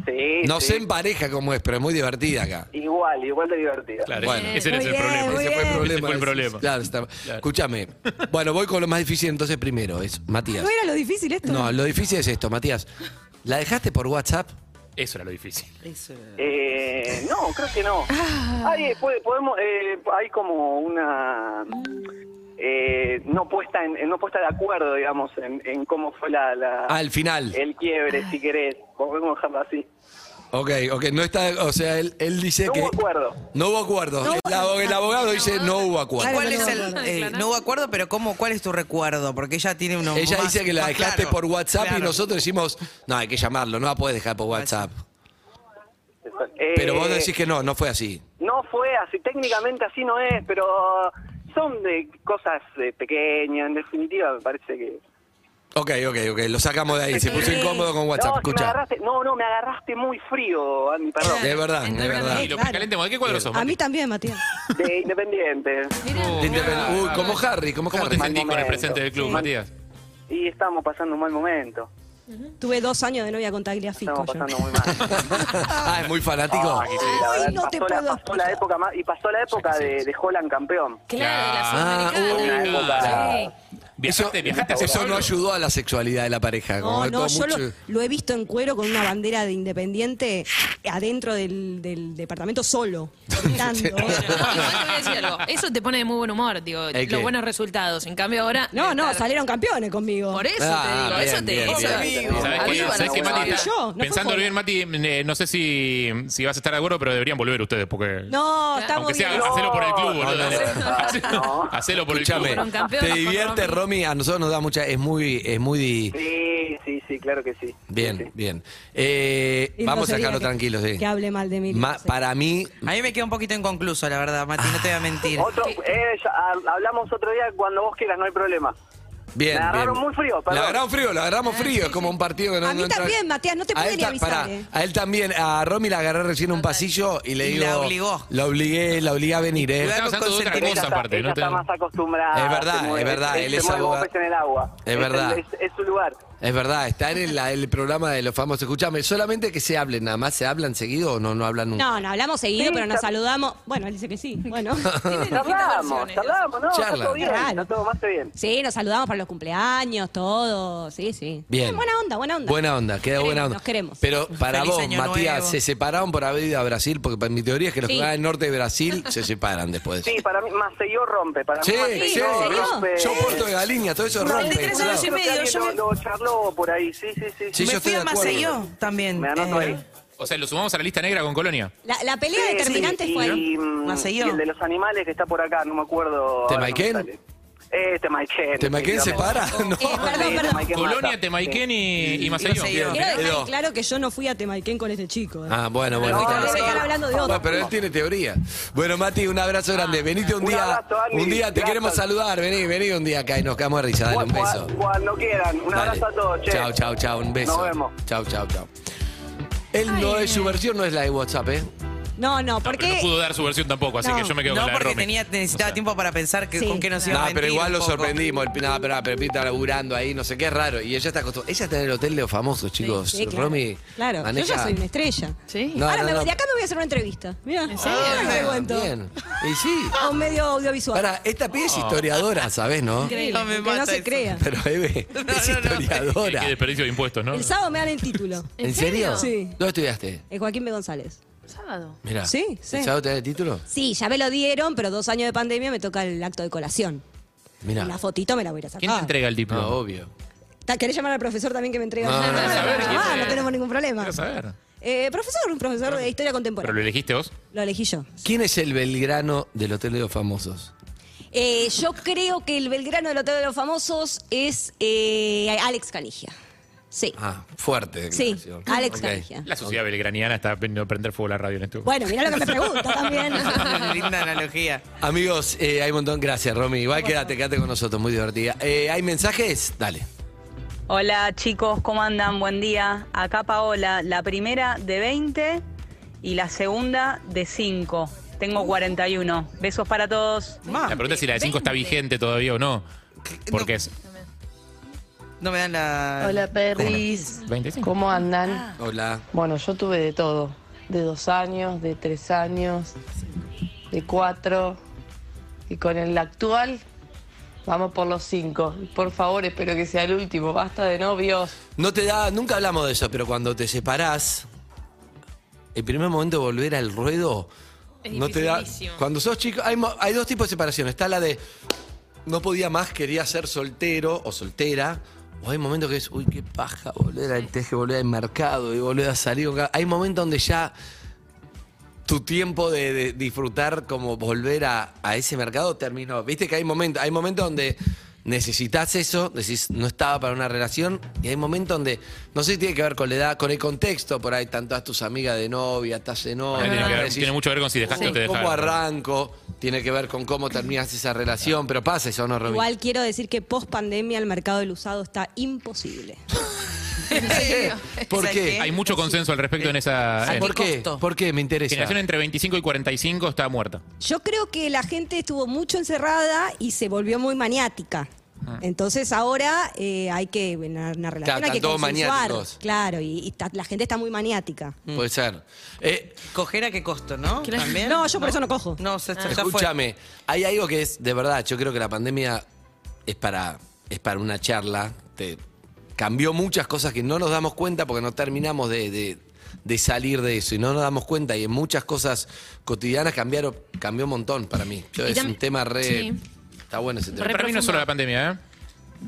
Sí,
No
sí.
sé en pareja cómo es, pero es muy divertida acá.
Igual, igual de divertido.
Bueno.
ese no es el Muy bien,
Ese
problema. muy
fue el
bien.
problema.
Ese fue el problema.
Claro, está- Escúchame. Bueno, voy con lo más difícil entonces primero. Es Matías.
¿No era lo difícil esto?
No, lo difícil es esto, Matías. ¿La dejaste por WhatsApp?
Eso era lo difícil.
Eh, no, creo que no. Hay, eh, puede- podemos, eh, hay como una eh, no puesta en, no puesta de acuerdo, digamos, en, en cómo fue la, la-
Ah, el final.
el quiebre, si querés. Podemos dejarlo así.
Ok, ok. No está, o sea, él, él dice
No
que.
hubo acuerdo.
No hubo acuerdo.
No
el, abog- el abogado dice no hubo acuerdo.
¿Y ¿Cuál es el, eh, no hubo acuerdo, pero ¿cómo, ¿cuál es tu recuerdo? Porque ella tiene uno
Ella
más-
dice que la
más
dejaste
claro.
por WhatsApp y
Claro.
nosotros decimos, no, hay que llamarlo, no la puedes dejar por WhatsApp.
Eh,
Pero vos decís que no, no fue así.
No fue así, técnicamente así no es, pero son de cosas eh, pequeñas, en definitiva me parece que...
Ok, ok, ok, lo sacamos de ahí. Se puso incómodo con
no, si
WhatsApp,
me
escucha.
agarraste- no, no, me agarraste muy frío, Andy, perdón.
Es verdad, es verdad.
Y lo más caliente,
¿de qué cuadro sos,
A mí también, Matías.
De Independiente.
Independ- Uy, como Harry, como
¿Cómo
Harry.
te sentís con el presente del club, Matías?
Y estamos pasando un mal momento.
Tuve dos años de novia con Tagliafico.
Estamos
yo.
pasando muy mal.
Ah, es muy fanático.
Ay, sí, la verdad,
no te
pasó, la,
puedo
pasó la época más, y pasó la época de, de Holland campeón.
Claro, de la
Ah,
Sudamericana.
uy,
Una época-
claro.
Viajaste, viajaste hacia
Eso no
Pablo.
ayudó a la sexualidad de la pareja.
No,
como todo
no, yo lo,
mucho-
lo he visto en cuero con una bandera de independiente adentro del, del departamento solo. gritando.
Te voy a decir algo, Eso te pone de muy buen humor, digo,
¿El qué?
los buenos resultados. En cambio ahora...
No, no, salieron campeones conmigo.
Por eso
Ah,
te digo,
bien,
eso te
bien,
eso
bien.
te digo.
¿Sabés qué?
Arriba
¿Sabés
la
qué, Mati?
sexualidad.
Está- Pensándolo bien, Mati, eh, no sé si, si vas a estar de acuerdo, pero deberían volver ustedes, porque.
No, estamos
Aunque sea,
bien.
hacelo por el club, boludo.
no, no.
dale. Hacelo- Hacelo por el club.
Escúchame,
Fueron campeones
te
con
divierte
Romy.
Romy, a nosotros nos da mucha, es muy, es muy di-
Sí, sí, sí, claro que sí.
bien, bien. Eh,
Lindo
vamos a
sería
sacarlo
que-
tranquilos, sí.
Que hable mal de mí.
Ma- para mí,
A mí me queda un poquito inconcluso, la verdad, Mati, no te voy a mentir.
Otro, eh, ya, ha- hablamos otro día cuando vos quieras, no hay problema.
bien.
Me agarraron
bien.
muy frío,
Lo
perdón.
agarraron frío, lo
Ah,
agarramos frío, es como un partido que no
A mí
no entra-
también, Matías, no te
a
pude
él,
ni
ta-
avisar.
pará,
eh.
a él también, a Romy la agarré recién en un pasillo y le
Y
digo.
la obligó.
La obligué, la obligué a venir, ¿eh?
Estamos hablando de otra
Ella
cosa
está-
aparte,
ella
no te-
está más acostumbrada.
Es verdad,
se mueve,
es verdad,
se-
él
se
es
mueve como
abogado.
pez en el agua.
Es verdad.
Es, es su lugar.
Es verdad, está en el, la- el programa de los famosos. Escuchame, solamente que se hablen, nada más se hablan seguido o no, no hablan nunca.
No, no, hablamos seguido, pero nos saludamos. Bueno, él dice que sí. Bueno.
Charlamos, charlamos, no,
Charla.
está todo bien,
Claro.
está todo más que bien.
Sí, nos saludamos para los cumpleaños, todo. Sí, sí.
Bien.
Buena onda, buena onda.
Buena onda, queda
Queremos,
buena onda.
Nos queremos.
Pero para
Feliz
vos,
año
Matías,
nuevo.
¿se separaron por haber ido a Brasil? Porque para- mi teoría es que los
Sí.
que van al norte de Brasil se separan después.
Sí, para mí, Maceió rompe. Para
Sí,
mí,
sí,
Maceió
¿ves?
rompe.
Yo Puerto de Galiña, todo eso rompe. claro.
Creo que alguien
yo me-
lo, lo charló por ahí, sí, sí, sí.
Sí, Me yo estoy fui a de acuerdo. Maceió
también. Eh,
Me anoto ahí.
O sea, lo sumamos a la lista negra con Colonia.
La, la pelea de determinantes
sí,
fue
y, mm,
Maceió.
y el de los animales que está por acá, no me acuerdo. ahora no me
¿Temaiken?
sale. Eh, Temaiken.
¿Temaiken se para? No.
eh,
perdón, perdón.
Colonia, Temaiken y, y Maceió.
Quiero
Bien.
dejar en claro que yo no fui a Temaiken con este chico. eh.
Ah, bueno, bueno.
No,
está
no,
bien.
están hablando de otro.
Bueno, pero él tiene teoría. Bueno, Mati, un abrazo grande. Venite Ah, un,
Un
día.
abrazo, Andy.
un día te
Gracias.
queremos saludar. Vení, vení un día acá y nos quedamos de risa. Dale un beso.
Cuando, cuando quieran. Un
Dale.
abrazo a todos, che.
Chau, chau, chau. Un beso.
Nos vemos.
Chau, chau, chau. Él no es, su versión no es la de WhatsApp, ¿eh?
No, no,
Pero
porque.
No pudo dar su versión tampoco, así que yo me quedo
no
con la de
porque
Romy.
tenía, necesitaba tiempo para pensar que,
Sí.
con qué nos
No,
iba a mentir
Ah, pero igual
un
lo
poco.
sorprendimos. El, no, pero, pero Pita laburando ahí, no sé qué es raro. Y ella está acostum- Ella está en el hotel de los famosos, chicos.
Sí, sí, claro.
Romy.
Claro,
maneja-
yo ya soy una estrella.
Ah. No,
Ahora
no,
me-
no.
de acá me voy a hacer una entrevista. Mira, ¿En
Ah,
te cuento.
bien. Y sí.
A un medio audiovisual.
Para, esta piba es historiadora, ¿sabés, no?
Increíble,
No me
que no
mata
se
eso.
crea.
Pero Eve es historiadora.
Qué desperdicio de impuestos, ¿no?
El sábado me dan el título.
¿En serio?
Sí.
¿Dónde estudiaste?
El Joaquín B. González.
Sábado.
Mirá.
Sí, sí.
¿El sábado te dan el título?
Sí, ya me lo dieron, pero dos años de pandemia me toca el acto de colación.
Mirá.
La fotito me la voy a sacar.
¿Quién te entrega el título?
No, obvio.
Ta- ¿Querés llamar al profesor también que me entrega?
No,
el
no,
título?
no,
Ah,
no,
no,
no, no, no,
tenemos ningún problema.
Quiero saber.
Eh, profesor, un profesor de historia
¿Pero
contemporánea.
lo elegiste vos?
Lo elegí yo.
¿Quién es el Belgrano del Hotel de los Famosos?
Eh, yo creo que el Belgrano del Hotel de los Famosos es eh, Alex Canigia. Sí.
Ah, fuerte.
Sí,
declaración.
Alex
Ok.
Canigia.
La sociedad belgraniana está aprendiendo a prender fuego la radio en este esto.
Ah. Bueno, mirá lo que me pregunta también.
Linda analogía.
Amigos, eh, hay un montón. Gracias, Romy. Igual quédate, quédate con nosotros, muy divertida. Eh, ¿Hay mensajes? Dale.
Hola chicos, ¿cómo andan? Buen día. Acá Paola, la primera de 20 y la segunda de 5. Tengo 41. Besos para todos.
La pregunta es si la de 5 está vigente todavía o no. Porque es.
eh, No me dan la.
Hola perris,
25.
¿cómo andan?
Hola.
Bueno, yo tuve de todo, de dos años, de tres años, de cuatro y con el actual vamos por los cinco. Y Por favor, espero que sea el último, basta de novios.
No te da, nunca hablamos de eso, pero cuando te separás, el primer momento de volver al ruedo,
Es
no te da.
dificilísimo.
Cuando sos chico, hay, mo- hay dos tipos de separación. Está la de no podía más, quería ser soltero o soltera. O hay momentos que es, uy, qué paja, volver al teje, volver al mercado y volver a salir. con ca- Hay momentos donde ya tu tiempo de, de disfrutar, como volver a, a ese mercado, terminó. Viste que hay momentos, hay momentos donde necesitas eso, decís, no estaba para una relación, y hay momentos donde, no sé si tiene que ver con la edad, con el contexto, por ahí, tanto a tus amigas de novia, estás de novia.
tiene, que ver-
decís,
tiene mucho que ver con si dejaste o te
¿Cómo
dejaron.
arranco? Tiene que ver con cómo terminas esa relación, pero pasa eso, ¿no, Robin?
Igual quiero decir que post pandemia el mercado del usado está imposible.
¿Por qué?
Hay mucho consenso al respecto en esa.
Ah,
en-
¿Por qué? ¿Por qué? Me interesa.
Generación entre 25 y 45 está muerta.
Yo creo que la gente estuvo mucho encerrada y se volvió muy maniática. Entonces ahora eh, hay que una, una relación
Claro,
hay que
están todos
consensuar.
maniáticos.
claro y, y ta- la gente está muy maniática.
Puede ser. Eh,
Coger a qué costo, ¿no? También.
No, yo por eso no cojo.
No, se, se- ya fue.
Escúchame, hay algo que es, de verdad, yo creo que la pandemia es para es para una charla. Te cambió muchas cosas que no nos damos cuenta porque no terminamos de, de- de salir de eso y no nos damos cuenta. Y en muchas cosas cotidianas cambiaron, cambió un montón para mí. Yo,
Y
es
tam-
un tema re.
Sí.
Está bueno ese tema.
Pero para mí no es solo la pandemia, ¿eh?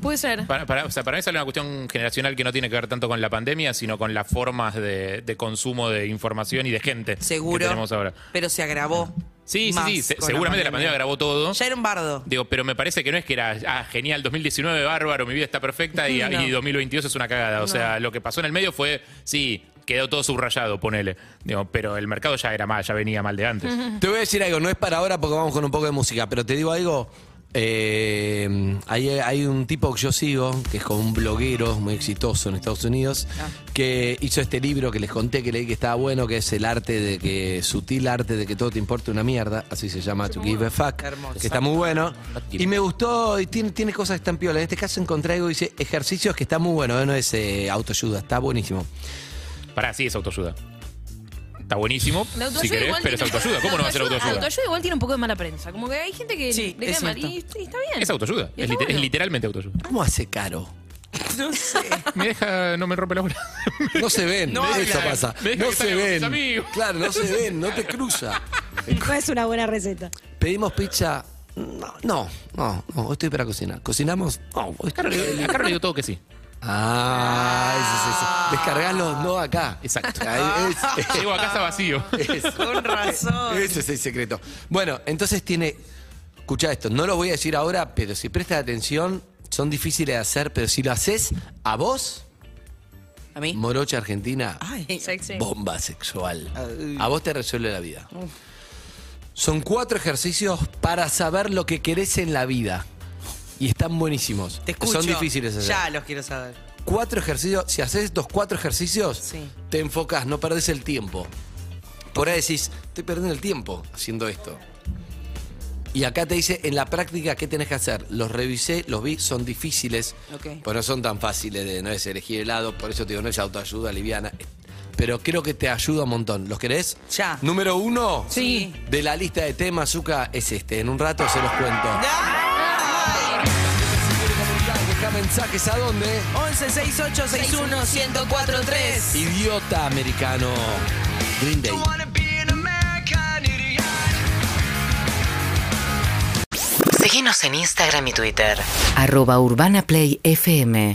Puede ser.
Para, para- o sea, para mí sale una cuestión generacional que no tiene que ver tanto con la pandemia, sino con las formas de, de consumo de información y de gente que
Seguro.
tenemos ahora.
Pero se agravó.
Sí, sí,
más
sí. se-
con
seguramente la pandemia agravó todo.
Ya era un bardo.
Digo, pero me parece que no es que era, ah, genial, 2019 bárbaro, mi vida está perfecta y,
No.
y 2022 es una cagada. O
No.
sea, lo que pasó en el medio fue, sí, quedó todo subrayado, ponele. Digo, pero el mercado ya era mal, ya venía mal de antes.
Te voy a decir algo, no es para ahora porque vamos con un poco de música, pero te digo algo. eh, hay, hay un tipo que yo sigo, que es como un bloguero muy exitoso en Estados Unidos, que hizo este libro que les conté, que leí que estaba bueno, que es el arte de que, sutil arte de que todo te importe una mierda, así se llama To Give a Fuck,
Hermoso.
que está muy bueno. Y me gustó, y tiene, tiene cosas tan piola. En este caso encontré algo, dice ejercicios que está muy bueno, eh, no es eh, autoayuda, está buenísimo.
Para sí es autoayuda. Está buenísimo,
La autoayuda
si querés,
igual
pero es
tiene-
autoayuda. ¿Cómo
la
no va a ser autoayuda?
Autoayuda igual tiene un poco de mala prensa. Como que hay gente que le
es
cae mal. Y,
cierto.
y está bien.
Es autoayuda,
Y
es,
está
liter- es
bueno.
literalmente autoayuda.
¿Cómo hace caro?
No sé.
Me deja, no me rompe la bola.
No se ven,
No
eso
hablan.
pasa.
Me deja
No
que
se
salga con mis
ven.
amigos.
Claro, no se ven, no te cruza.
No es una buena receta.
Pedimos pizza. No, no, no, no, hoy estoy para cocinar. ¿Cocinamos? No, hoy estoy-
A Caro le digo todo que sí.
Ah, ese, ese, ese. Descargás los no acá. Ah,
Exacto.
Ahí es-
Llego a casa vacío.
Con razón.
Ese es el secreto. Bueno, entonces tiene. Escucha esto, no lo voy a decir ahora, pero si prestas atención, son difíciles de hacer, pero si lo haces a vos.
¿A mí?
Morocha Argentina.
Sexy.
bomba sexual. A vos te resuelve la vida. Son cuatro ejercicios para saber lo que querés en la vida. Y están buenísimos.
Te escucho.
Son difíciles hacer.
Ya los quiero saber.
Cuatro ejercicios. Si haces estos cuatro ejercicios, te enfocás, no perdés el tiempo. Por ahí decís, estoy perdiendo el tiempo haciendo esto. Y acá te dice en la práctica qué tenés que hacer. Los revisé, los vi, son difíciles.
Ok.
Pues no son tan fáciles de no es elegir helado, por eso te digo, no es autoayuda liviana. Pero creo que te ayuda un montón. ¿Los querés?
Ya.
Número uno
Sí.
de la lista de temas, Zuka, es este. En un rato se los cuento. Deja mensajes a dónde.
11 68 61 1043.
Idiota americano. Green Day.
Seguinos en Instagram y Twitter.
Arroba Urbana Play FM.